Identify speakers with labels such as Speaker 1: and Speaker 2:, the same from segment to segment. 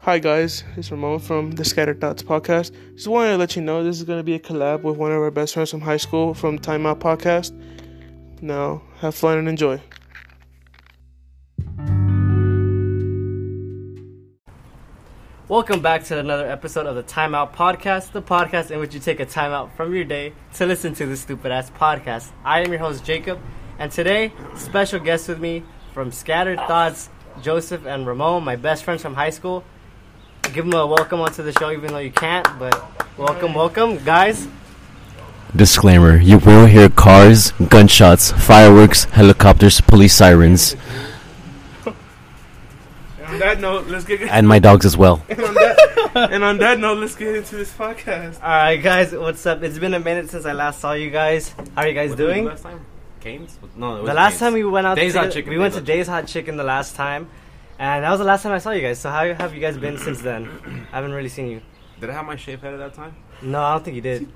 Speaker 1: Hi guys, it's Ramon from the Scattered Thoughts podcast. Just wanted to let you know this is going to be a collab with one of our best friends from high school from Time Out Podcast. Now, have fun and enjoy.
Speaker 2: Welcome back to another episode of the Timeout Podcast, the podcast in which you take a timeout from your day to listen to this stupid ass podcast. I am your host, Jacob, and today, special guest with me from Scattered Thoughts, Joseph and Ramon, my best friends from high school. Give them a welcome onto the show, even though you can't, but welcome, welcome, guys.
Speaker 3: Disclaimer You will hear cars, gunshots, fireworks, helicopters, police sirens,
Speaker 1: And on that note, let's get
Speaker 3: and my dogs as well.
Speaker 1: and on that note, let's get into this podcast.
Speaker 2: Alright, guys, what's up? It's been a minute since I last saw you guys. How are you guys
Speaker 4: What did we do
Speaker 2: doing?
Speaker 4: last time? Canes? No, it
Speaker 2: The
Speaker 4: wasn't
Speaker 2: last
Speaker 4: Cane's.
Speaker 2: time we went out,
Speaker 4: Days
Speaker 2: to
Speaker 4: Hot
Speaker 2: take a-
Speaker 4: Chicken,
Speaker 2: we
Speaker 4: Days
Speaker 2: went to
Speaker 4: Hot
Speaker 2: Days Hot Chicken the last time, and that was the last time I saw you guys. So how have you guys been since then? I haven't really seen you.
Speaker 4: did I have my shave head at that time?
Speaker 2: No, I don't think you did.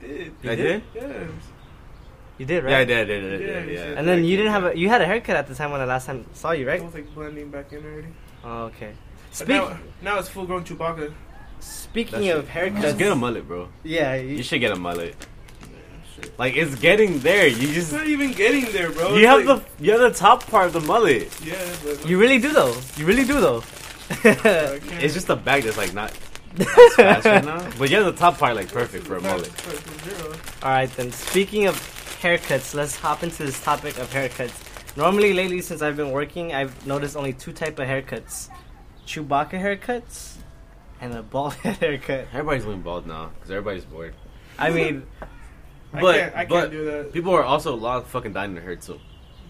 Speaker 4: I did.
Speaker 1: Yeah.
Speaker 2: You did, right?
Speaker 4: Yeah, I did. I did. I did,
Speaker 1: Yeah,
Speaker 4: yeah,
Speaker 1: you did.
Speaker 2: And then you didn't have a you had a haircut at the time when I last time saw you, right?
Speaker 1: Almost like blending back in already.
Speaker 2: Oh, okay.
Speaker 1: But
Speaker 2: Speak,
Speaker 1: now, now it's full grown Chewbacca.
Speaker 2: speaking
Speaker 4: That's
Speaker 2: of haircuts,
Speaker 4: Just get a mullet, bro.
Speaker 2: yeah,
Speaker 4: You
Speaker 2: you,
Speaker 4: should get a mullet. Like it's getting there. You
Speaker 1: It's
Speaker 4: just
Speaker 1: not even getting there, bro.
Speaker 4: you have the you have the top part of the mullet.
Speaker 1: the. Yeah, but.
Speaker 2: you really do though. You really do though.
Speaker 1: I can't-
Speaker 4: It's just the back that's like not as fast right now. But you have the top part like perfect for a mullet.
Speaker 1: Zero.
Speaker 2: All right, then. Speaking of haircuts, let's hop into this topic of haircuts. Normally, lately, since I've been working, I've noticed only two type of haircuts: Chewbacca haircuts and a bald head haircut.
Speaker 4: Everybody's going bald now because everybody's bored.
Speaker 2: I mean,
Speaker 1: I
Speaker 4: But-
Speaker 1: can't, I
Speaker 4: but-
Speaker 1: can't do that.
Speaker 4: People are also a lot of fucking dying their hair too,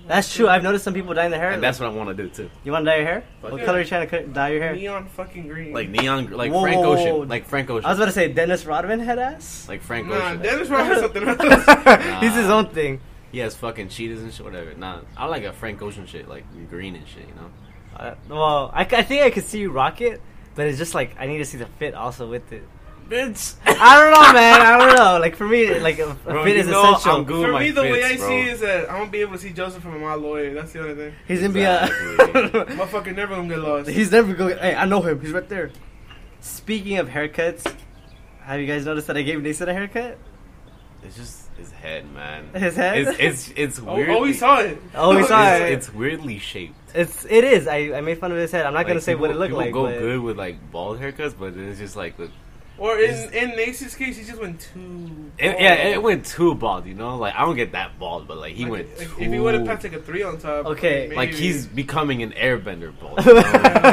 Speaker 2: that's true. I've noticed some people dyeing their hair.
Speaker 4: and that's what I want to do too.
Speaker 2: you want to dye your hair?
Speaker 4: Fuck
Speaker 2: What
Speaker 4: yeah.
Speaker 2: color are you trying to cut, dye your hair?
Speaker 1: Neon fucking green.
Speaker 4: Like neon, gr- like
Speaker 2: Whoa,
Speaker 4: Frank
Speaker 2: whoa, whoa.
Speaker 4: Ocean, like Frank Ocean,
Speaker 2: I was about to say Dennis Rodman head ass.
Speaker 4: like Frank
Speaker 1: Nah,
Speaker 4: Ocean.
Speaker 1: Dennis Rodman's something else.
Speaker 2: He's his own thing.
Speaker 4: He has fucking cheetahs and shit, whatever. Nah, I like a Frank Ocean shit, like green and shit, you know?
Speaker 2: Uh, well, I, c- I think I could see you rock it, but it's just like I need to see the fit also with it.
Speaker 4: Bitch!
Speaker 2: I don't know, man. I don't know. Like for me, like a, a fit is essential.
Speaker 4: I'm good
Speaker 1: For
Speaker 4: with my
Speaker 1: me, the way
Speaker 4: fits,
Speaker 1: I
Speaker 4: bro.
Speaker 1: see is that I won't be able to see Joseph from my lawyer. That's the only thing.
Speaker 2: He's gonna be a.
Speaker 4: Exactly.
Speaker 1: Motherfucker never gonna get lost.
Speaker 2: He's never going. Hey, I know him. He's right there. Speaking of haircuts, have you guys noticed that I gave Nathan a haircut?
Speaker 4: It's just his head, man.
Speaker 2: His head?
Speaker 4: It's, it's, it's
Speaker 1: oh,
Speaker 4: weirdly...
Speaker 1: oh, we saw it.
Speaker 2: Oh, we saw it.
Speaker 4: It's, it's weirdly shaped.
Speaker 2: It's it is. I, I made fun of his head. I'm not
Speaker 4: Like,
Speaker 2: gonna say what it
Speaker 4: people-
Speaker 2: looked like.
Speaker 4: People
Speaker 2: but
Speaker 4: go good with, like, bald haircuts, but then it's just like... The,
Speaker 1: Or in in Nace's case, he just went too.
Speaker 4: it, yeah,
Speaker 2: Oh.
Speaker 4: it went too bald, you know? Like, I don't get that bald, but, like, he
Speaker 1: Like,
Speaker 4: went
Speaker 1: like,
Speaker 4: too...
Speaker 1: If he would have passed like a three on top.
Speaker 2: Okay.
Speaker 1: maybe-
Speaker 4: like, he's becoming an airbender bald, you know?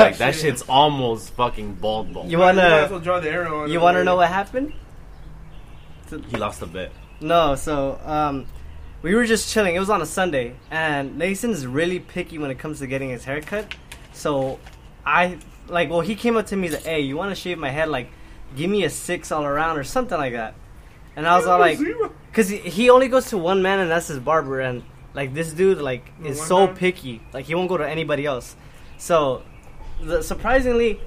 Speaker 4: Like, that shit's almost fucking bald bald.
Speaker 2: You
Speaker 1: might
Speaker 2: wanna-
Speaker 1: as well draw the arrow on.
Speaker 2: You
Speaker 1: him.
Speaker 2: want to know what happened?
Speaker 4: He lost a bet.
Speaker 2: No, so um, we were just chilling. It was on a Sunday, and Nathan's really picky when it comes to getting his hair cut. So I like, well, he came up to me he's like, "Hey, you want to shave my head? Like, give me a six all around or something like that." And I was all like,
Speaker 1: Zero.
Speaker 2: "Cause he, he only goes to one man, and that's his barber." And like this dude, like,
Speaker 1: The
Speaker 2: is
Speaker 1: one
Speaker 2: so
Speaker 1: man?
Speaker 2: picky. Like, he won't go to anybody else. So the, surprisingly,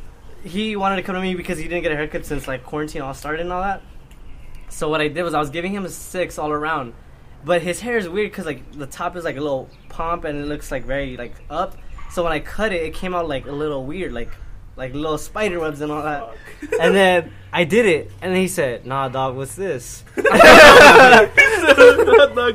Speaker 2: he wanted to come to me because he didn't get a haircut since like quarantine all started and all that. So what I did was I was giving him a six all around, but his hair is weird because like the top is like a little pomp and it looks like very like up. So when I cut it, it came out like a little weird, like like little spider webs and all that. And then I did it, and he said, "Nah, dog, what's this?"
Speaker 4: like,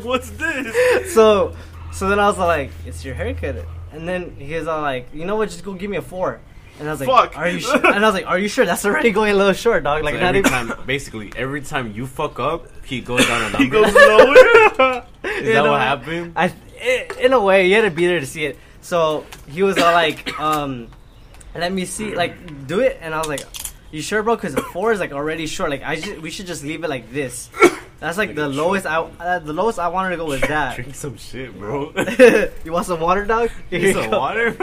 Speaker 4: what's this?
Speaker 2: so so then I was like, "It's your haircut." And then he was all like, "You know what? Just go give me a four. And I was like,
Speaker 1: Fuck.
Speaker 2: "Are you sure?" And I was like, "Are you sure? That's already going a little short, dog. Like
Speaker 4: So
Speaker 2: not
Speaker 4: every
Speaker 2: even."
Speaker 4: time, basically every time you fuck up, he goes down a number.
Speaker 1: goes lower.
Speaker 4: Is
Speaker 2: You
Speaker 4: that
Speaker 2: know
Speaker 4: what
Speaker 2: what?
Speaker 4: happened?
Speaker 2: I i- in a way you had to be there to see it. So he was all like, um, "Let me see, like do it," and I was like, "You sure, bro? Because four is like already short. Like I ju- we should just leave it like this. That's like the lowest I uh, the lowest I wanted to go was that.
Speaker 4: Drink some shit, bro.
Speaker 2: you want some water, dog? Here you
Speaker 4: Need some
Speaker 2: go.
Speaker 4: water?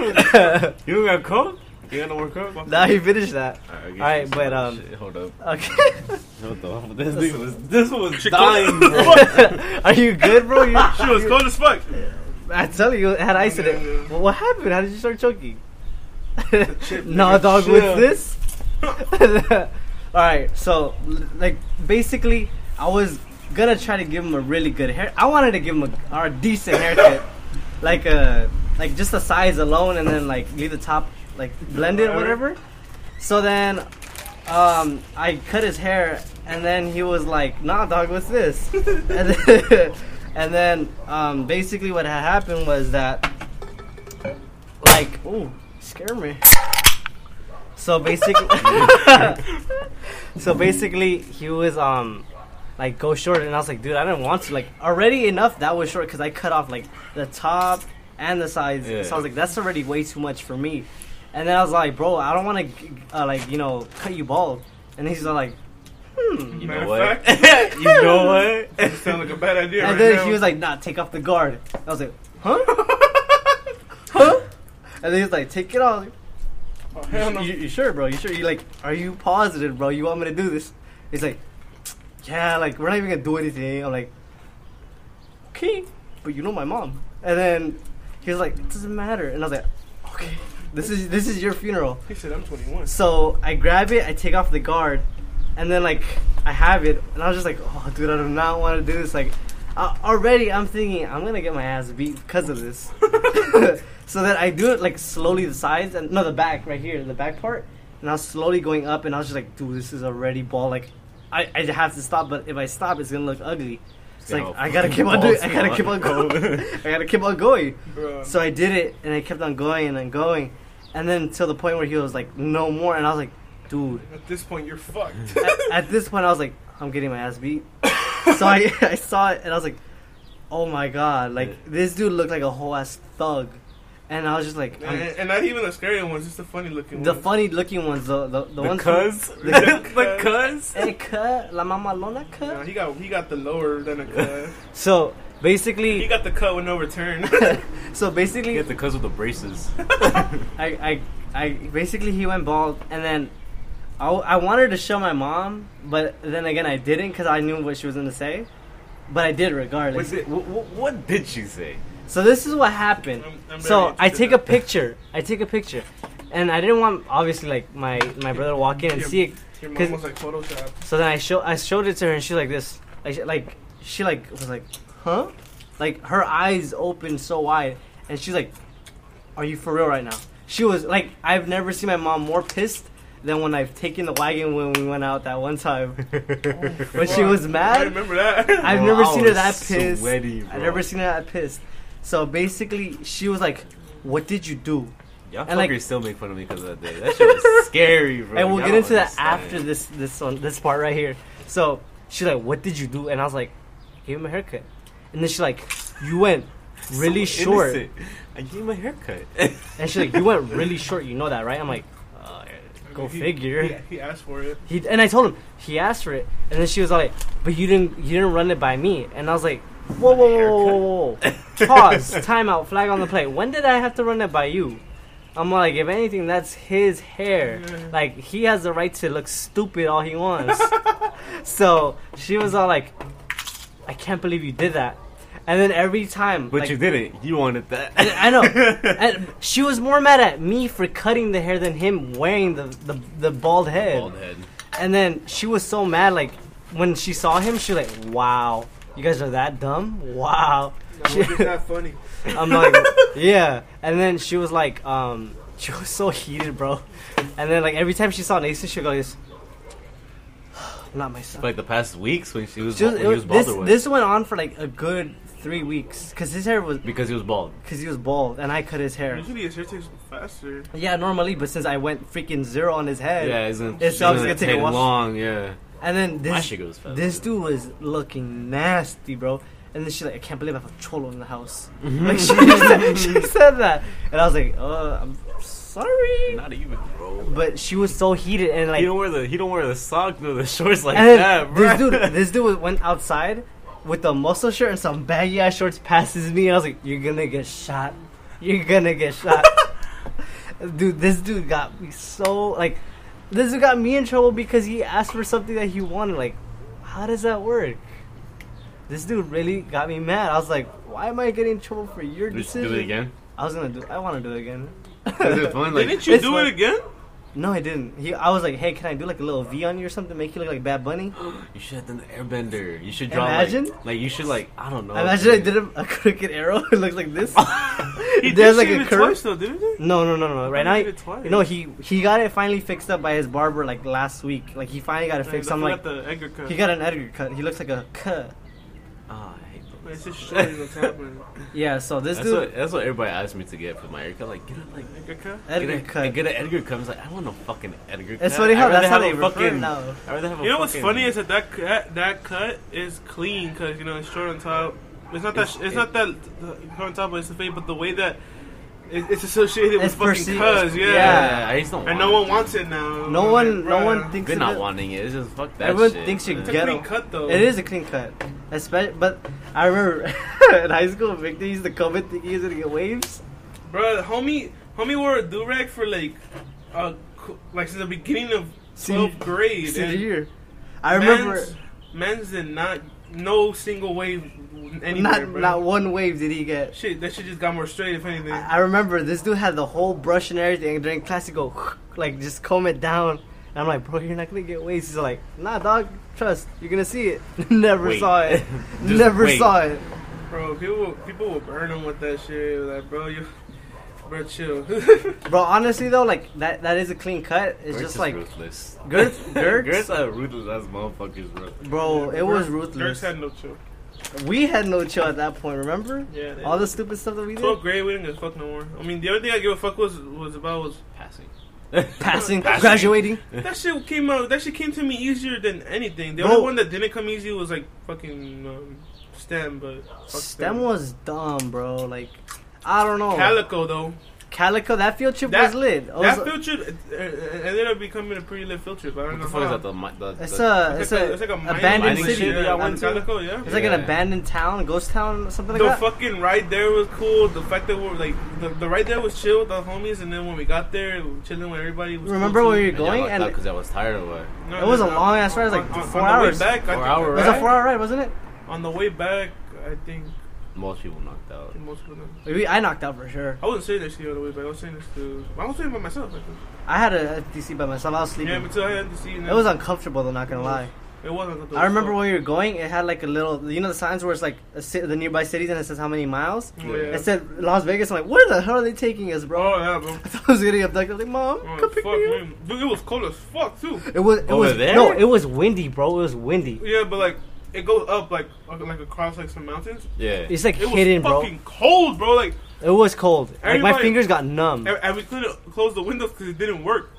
Speaker 4: you don't got coke? You gonna work up?
Speaker 2: Now you finish that.
Speaker 4: Alright,
Speaker 2: All right, but, um,
Speaker 4: hold up,
Speaker 2: Okay.
Speaker 4: hold up. This dude was this was dying. bro.
Speaker 2: Are you good, bro? You,
Speaker 1: She was cold as fuck.
Speaker 2: I tell you, it had ice in it. Well, what happened? How did you start choking? nah, dog,
Speaker 4: chill.
Speaker 2: what's this? All right, so l- like basically, I was gonna try to give him a really good hair. I wanted to give him a, a decent haircut, uh, like a like just the size alone, and then like leave the top like blended,
Speaker 1: Whatever.
Speaker 2: whatever. So then, um, I cut his hair, and then he was like, "Nah, dog, what's this?" and then, and then um, basically, what had happened was that, like, ooh, scare me. So basically, so basically, he was um, like, go short, and I was like, dude, I didn't want to. Like, already enough that was short because I cut off like the top and the sides.
Speaker 4: Yeah.
Speaker 2: So I was like, that's already way too much for me. And then I was like, bro, I don't want to, uh, like, you know, cut you bald. And he's all like,
Speaker 4: You
Speaker 1: Matter
Speaker 4: know
Speaker 1: of
Speaker 4: what?
Speaker 1: fact,
Speaker 4: You know what?
Speaker 1: that sounds like a bad idea.
Speaker 2: and
Speaker 1: right
Speaker 2: then
Speaker 1: now.
Speaker 2: he was like, nah, take off the guard. I was like, huh? huh? And then he's like, take it off.
Speaker 1: oh, hell no.
Speaker 2: You, you sure, bro? You sure? You like, are you positive, bro? You want me to do this? He's like, yeah, like we're not even gonna do anything. I'm like, okay, but you know my mom. And then he was like, it doesn't matter. And I was like, okay, this is this is your funeral.
Speaker 1: He said, I'm 21.
Speaker 2: So I grab it, I take off the guard, and then like I have it, and I was just like, oh, dude, I do not want to do this. Like, I, already I'm thinking I'm gonna get my ass beat because of this. so then I do it like slowly the sides and no the back right here, the back part, and I was slowly going up, and I was just like, dude, this is already ball. Like, I I have to stop, but if I stop, it's gonna look ugly. It's
Speaker 4: Yeah,
Speaker 2: like
Speaker 4: well,
Speaker 2: I gotta keep on
Speaker 4: balls,
Speaker 2: doing. I gotta keep on
Speaker 4: man.
Speaker 2: going. I gotta keep on going.
Speaker 1: Bruh.
Speaker 2: So I did it, and I kept on going and then going, and then till the point where he was like, "No more," and I was like, "Dude."
Speaker 1: At this point, you're fucked.
Speaker 2: At, at this point, I was like, "I'm getting my ass beat." so I, I saw it, and I was like, "Oh my god!" Like this dude looked like a whole ass thug, and I was just like,
Speaker 1: and,
Speaker 2: I'm-
Speaker 1: and not even the scary ones, just the funny looking
Speaker 2: "The
Speaker 1: ones.
Speaker 2: funny looking ones, the the, the,
Speaker 4: The
Speaker 2: ones." who-
Speaker 4: cuz?
Speaker 2: The,
Speaker 4: The cuz?
Speaker 2: hey, cut la mama lona
Speaker 1: Nah,
Speaker 2: cut.
Speaker 1: he got he got the lower than a cut.
Speaker 2: So basically,
Speaker 1: he got the cut with no return.
Speaker 2: so basically,
Speaker 4: Get the cuz with the braces.
Speaker 2: I, I, I basically he went bald, and then I, I wanted to show my mom, but then again I didn't because I knew what she was gonna say, but I did regardless.
Speaker 4: Was it, what, what did she say?
Speaker 2: So this is what happened.
Speaker 1: I'm- I'm very
Speaker 2: so I
Speaker 1: interested
Speaker 2: take
Speaker 1: now.
Speaker 2: a picture. I take a picture, and I didn't want obviously like my my brother walk in and
Speaker 1: Your-
Speaker 2: see it.
Speaker 1: Your
Speaker 2: Cause-
Speaker 1: mom was like Photoshop.
Speaker 2: So then I show I showed it to her, and she like this, like she, like she like was like, huh? Like her eyes opened so wide, and she's like, "Are you for real right now?" She was like, "I've never seen my mom more pissed than when I've taken the wagon when we went out that one time." when she
Speaker 1: Fuck.
Speaker 2: was
Speaker 1: I
Speaker 2: mad,
Speaker 1: remember that.
Speaker 2: I've
Speaker 4: Bro,
Speaker 2: never
Speaker 4: I
Speaker 2: seen her
Speaker 4: was
Speaker 2: that pissed.
Speaker 4: sweaty, bro.
Speaker 2: I've never seen her that pissed. So basically, she was like, "What did you do?"
Speaker 4: Y'all fuckers
Speaker 2: And, like-
Speaker 4: still make fun of me because of that day. That shit was scary, bro.
Speaker 2: and we'll
Speaker 4: Y'all
Speaker 2: get
Speaker 4: don't
Speaker 2: into that
Speaker 4: understand.
Speaker 2: after this this one this part right here. So she's like, "What did you do?" And I was like, "Gave him a haircut." And then she's like, "You went really
Speaker 4: So
Speaker 2: short."
Speaker 4: innocent. I gave him a haircut.
Speaker 2: And she's like, "You went really short. You know that, right?" I'm like, uh, "Go
Speaker 1: He-
Speaker 2: figure."
Speaker 1: He, he asked for it.
Speaker 2: He and I told him he asked for it, and then she was like, "But you didn't, you didn't run it by me." And I was like, "Whoa, whoa, whoa, whoa, whoa, whoa. pause, timeout, flag on the play. When did I have to run it by you?" I'm like, if anything, that's his hair. Like he has the right to look stupid all he wants. so she was all like, "I can't believe you did that." And then every time,
Speaker 4: But
Speaker 2: like,
Speaker 4: you didn't. You wanted that.
Speaker 2: I know. And she was more mad at me for cutting the hair than him wearing the the, the bald head.
Speaker 4: Bald head.
Speaker 2: And then she was so mad, like when she saw him, she like, "Wow, you guys are that dumb? Wow."
Speaker 1: That was just that funny.
Speaker 2: I'm like, "Yeah." And then she was like, um, she was so heated, bro. And then like every time she saw Nathan, she would go like this, "Not my son."
Speaker 4: Like the past weeks when she was,
Speaker 2: She was-
Speaker 4: when
Speaker 2: it
Speaker 4: he
Speaker 2: was-
Speaker 4: was bald
Speaker 2: this,
Speaker 4: or what?
Speaker 2: this went on for like a good three weeks because his hair was
Speaker 4: because he was bald.
Speaker 2: because he was bald and I cut his hair.
Speaker 1: Usually his hair takes faster.
Speaker 2: Yeah, normally, but since I went freaking zero on his head,
Speaker 4: Yeah, it's gonna,
Speaker 2: It's
Speaker 4: it's
Speaker 2: obviously
Speaker 4: gonna
Speaker 2: gonna take a
Speaker 4: take
Speaker 2: while.
Speaker 4: long. Yeah,
Speaker 2: and then
Speaker 4: my
Speaker 2: this
Speaker 4: shit goes fast.
Speaker 2: this dude was looking nasty, bro. And then she's like, I can't believe I have a cholo in the house.
Speaker 4: Mm-hmm.
Speaker 2: Like she said, she said that, and I was like, uh, I'm sorry.
Speaker 4: not even, bro.
Speaker 2: But she was so heated and like,
Speaker 4: he don't wear the he don't wear the sock nor the shorts like
Speaker 2: and then
Speaker 4: that, bro.
Speaker 2: this dude, this dude went outside with a muscle shirt and some baggy ass shorts. Passes me, and I was like, you're gonna get shot. You're gonna get shot. dude, this dude got me so like, this dude got me in trouble because he asked for something that he wanted. Like, how does that work? This dude really got me mad. I was like, why am I getting in trouble for your
Speaker 4: Just
Speaker 2: decision?
Speaker 4: do it again.
Speaker 2: I was gonna do. I want to do it again.
Speaker 4: Is it fun? Like,
Speaker 1: Didn't you
Speaker 2: it's
Speaker 1: do
Speaker 2: like-
Speaker 1: it again?
Speaker 2: No, I didn't. He, I was like, hey, can I do like a little V on you or something, make you look like Bad Bunny?
Speaker 4: You should have done the airbender. You should draw
Speaker 2: Imagine?
Speaker 4: like, like you should like I don't know.
Speaker 2: Imagine I did a, a crooked arrow. It looks like this.
Speaker 5: he
Speaker 2: There's,
Speaker 5: did
Speaker 2: like,
Speaker 5: like
Speaker 2: a
Speaker 5: it
Speaker 2: curve?
Speaker 5: twice though, didn't he?
Speaker 2: No, no, no, no. Right now,
Speaker 5: He did it twice.
Speaker 2: you know, he he got it finally fixed up by his barber like last week. Like he finally got it
Speaker 5: Yeah,
Speaker 2: fixed.
Speaker 5: they
Speaker 2: I'm like,
Speaker 5: forgot the Edgar cut.
Speaker 2: he got an Edgar cut. He looks like a cut.
Speaker 4: Ah, I hate those.
Speaker 5: It's just showing what's happening.
Speaker 2: Yeah. So this
Speaker 4: That's
Speaker 2: dude,
Speaker 4: what that's what everybody asked me to get for my haircut. Like get a like
Speaker 5: Edgar cut.
Speaker 2: Edgar
Speaker 4: get a,
Speaker 2: cut.
Speaker 4: Get an Edgar cut. I was like I want a fucking Edgar.
Speaker 2: It's
Speaker 4: cut.
Speaker 2: funny how
Speaker 4: I'd
Speaker 2: that's
Speaker 4: rather
Speaker 2: how
Speaker 4: have
Speaker 2: they
Speaker 4: a
Speaker 2: refer
Speaker 4: fucking.
Speaker 2: now.
Speaker 4: I'd rather have a
Speaker 5: You know what's
Speaker 4: fucking-
Speaker 5: funny is that that cu- that, that cut is clean because you know it's short on top. It's not that it's,
Speaker 4: It's-
Speaker 5: not that the, short on top, but it's the fade. But the way that it, it's associated
Speaker 2: It's
Speaker 5: with fucking
Speaker 2: perceived-
Speaker 5: cuz, yeah.
Speaker 2: yeah.
Speaker 4: I just don't.
Speaker 5: And no
Speaker 4: want
Speaker 5: one wants it now.
Speaker 2: No one,
Speaker 5: Bruh.
Speaker 2: no one thinks.
Speaker 4: They're
Speaker 2: of
Speaker 4: not
Speaker 2: it.
Speaker 4: wanting it. It's just fuck that.
Speaker 2: Everyone
Speaker 4: shit.
Speaker 2: thinks you're
Speaker 4: man.
Speaker 5: It's a
Speaker 2: Ghetto.
Speaker 5: clean cut though.
Speaker 2: It is a clean cut, especially. But I remember in high school, Victor used to come and think he was gonna get waves.
Speaker 5: bro. Homie, homie wore a do rag for like, uh, co- like since the beginning of
Speaker 2: Senior-
Speaker 5: 12th grade.
Speaker 2: Senior
Speaker 5: and
Speaker 2: year, I remember
Speaker 5: Men's, men's did not no single wave anywhere,
Speaker 2: not
Speaker 5: bro.
Speaker 2: not one wave did he get.
Speaker 5: Shit, that shit just got more straight, if anything.
Speaker 2: I I remember this dude had the whole brush and everything, and during class he go like just comb it down. And I'm like, bro, you're not gonna get waves. He's like, nah, dog, trust, you're gonna see it. Never
Speaker 4: Wait.
Speaker 2: saw it.
Speaker 4: Just
Speaker 2: Never
Speaker 4: wait.
Speaker 2: saw it.
Speaker 5: Bro, people people will burn them with that shit. Like, bro, you, bro, chill.
Speaker 2: Bro, honestly though, like that that is a clean cut. It's
Speaker 4: Gert's
Speaker 2: just like,
Speaker 4: ruthless.
Speaker 2: Gert's- Gert's-
Speaker 4: Gert's are ruthless as motherfuckers, bro.
Speaker 2: bro, Oh, it was
Speaker 5: Dirk's
Speaker 2: ruthless.
Speaker 5: had no chill.
Speaker 2: We had no chill at that point, remember?
Speaker 5: Yeah. They,
Speaker 2: All the stupid stuff that we did.
Speaker 5: twelfth grade, we didn't give a fuck no more. I mean, the only thing I give a fuck was was about was
Speaker 4: Passing.
Speaker 2: Passing, graduating.
Speaker 5: that shit came out. That shit came to me easier than anything. The
Speaker 2: Bro.
Speaker 5: only one that didn't come easy was like fucking um, STEM, but fuck
Speaker 2: STEM was dumb, bro. Like, I don't know.
Speaker 5: Calico though.
Speaker 2: Calico, that field trip
Speaker 5: That-
Speaker 2: was lit. It was-
Speaker 5: That field trip uh, uh, ended up becoming a pretty lit field trip. I don't
Speaker 4: What
Speaker 5: know.
Speaker 4: the fuck is
Speaker 5: how.
Speaker 4: that? The mi- the,
Speaker 2: it's uh,
Speaker 4: the
Speaker 2: a it's a,
Speaker 5: mining-
Speaker 2: abandoned
Speaker 5: mining
Speaker 2: city.
Speaker 5: shit that I
Speaker 2: on
Speaker 5: went to. Calico, yeah.
Speaker 2: It's like an
Speaker 4: Yeah.
Speaker 2: abandoned town, ghost town, something like
Speaker 5: The
Speaker 2: that.
Speaker 5: fucking ride there was cool. The fact that we we're like the, the ride there was chill with the homies, and then when we got there, we were chilling with everybody. Was
Speaker 2: Remember
Speaker 5: cool
Speaker 2: when we
Speaker 5: too.
Speaker 2: were going and it
Speaker 4: because I was tired of it.
Speaker 5: No,
Speaker 2: It
Speaker 5: no,
Speaker 2: was a
Speaker 5: no.
Speaker 2: long ass ride, it was like
Speaker 5: On- on-
Speaker 2: four
Speaker 5: on the way
Speaker 2: hours.
Speaker 5: back,
Speaker 4: Four
Speaker 5: I think-
Speaker 4: hour
Speaker 2: was a
Speaker 4: ride?
Speaker 2: four hour ride, wasn't it?
Speaker 5: On the way back, I think
Speaker 4: Most people knocked out.
Speaker 5: most of them.
Speaker 2: We, I knocked out for sure.
Speaker 5: I wasn't saying this to you on the way back. I was saying this to. I was saying by myself. I think.
Speaker 2: I had a FTC by myself. I was
Speaker 5: Yeah,
Speaker 2: sleeping.
Speaker 5: until I had to see.
Speaker 2: it was uncomfortable though, not gonna lie.
Speaker 5: It wasn't.
Speaker 2: I remember when we were going, it had like a little, you know, the signs where it's like a, ci- the nearby cities and it says how many miles.
Speaker 5: Oh, yeah.
Speaker 2: It said Las Vegas. I'm like, where the hell are they taking us, bro?
Speaker 5: Oh yeah, bro.
Speaker 2: I thought I was getting abducted. I was like, mom,
Speaker 5: Oh,
Speaker 2: come pick
Speaker 5: fuck,
Speaker 2: me up.
Speaker 5: man. Dude, it was cold as fuck too.
Speaker 2: It was. It
Speaker 4: Over
Speaker 2: was
Speaker 4: there?
Speaker 2: no. It was windy, bro. It was windy.
Speaker 5: Yeah, but like it goes up like like across like some mountains.
Speaker 4: Yeah.
Speaker 2: It's like
Speaker 5: It was
Speaker 2: hidden, bro.
Speaker 5: fucking cold, bro. Like
Speaker 2: It was cold. Like my
Speaker 5: Everybody-
Speaker 2: fingers got numb.
Speaker 5: and- and we couldn't close the windows because it didn't work.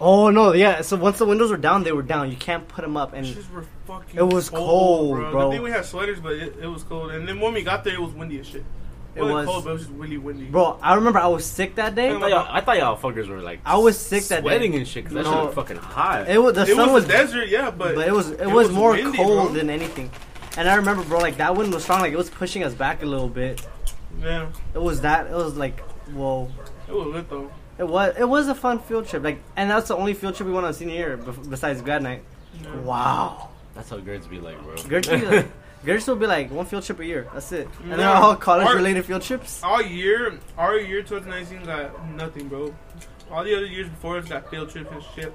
Speaker 2: Oh no, yeah. So once the windows were down, they were down. You can't put them up. And
Speaker 5: Shits were fucking.
Speaker 2: It was cold, bro.
Speaker 5: I think we had sweaters, but it, it was cold. And then when we got there, it was windy as shit.
Speaker 2: It
Speaker 5: It wasn't
Speaker 2: was-
Speaker 5: cold, but it was just really windy.
Speaker 2: bro, I remember I was sick that day.
Speaker 4: I thought, y'all, I thought y'all fuckers were like.
Speaker 2: I was sick that day.
Speaker 4: sweating and shit because that
Speaker 2: No.
Speaker 4: shit was fucking hot.
Speaker 2: It was the
Speaker 5: it
Speaker 2: sun was,
Speaker 5: was, a desert, yeah, but,
Speaker 2: but it was it, was, more
Speaker 5: windy,
Speaker 2: cold
Speaker 5: bro.
Speaker 2: than anything. And I remember, bro, like that wind was strong. Like it was pushing us back a little bit.
Speaker 5: yeah,
Speaker 2: It was that. It was like whoa.
Speaker 5: it was lit though.
Speaker 2: It was it was a fun field trip. Like, and that's the only field trip we went on senior year bef- besides grad night.
Speaker 5: Yeah.
Speaker 2: Wow.
Speaker 4: That's how girls be like, bro.
Speaker 2: Gert's be like, Gert's will be like one field trip a year. That's it. And they're
Speaker 5: No.
Speaker 2: all college related field trips.
Speaker 5: Our year, our year 2019 got nothing, bro. All the other years before us got field trips and shit.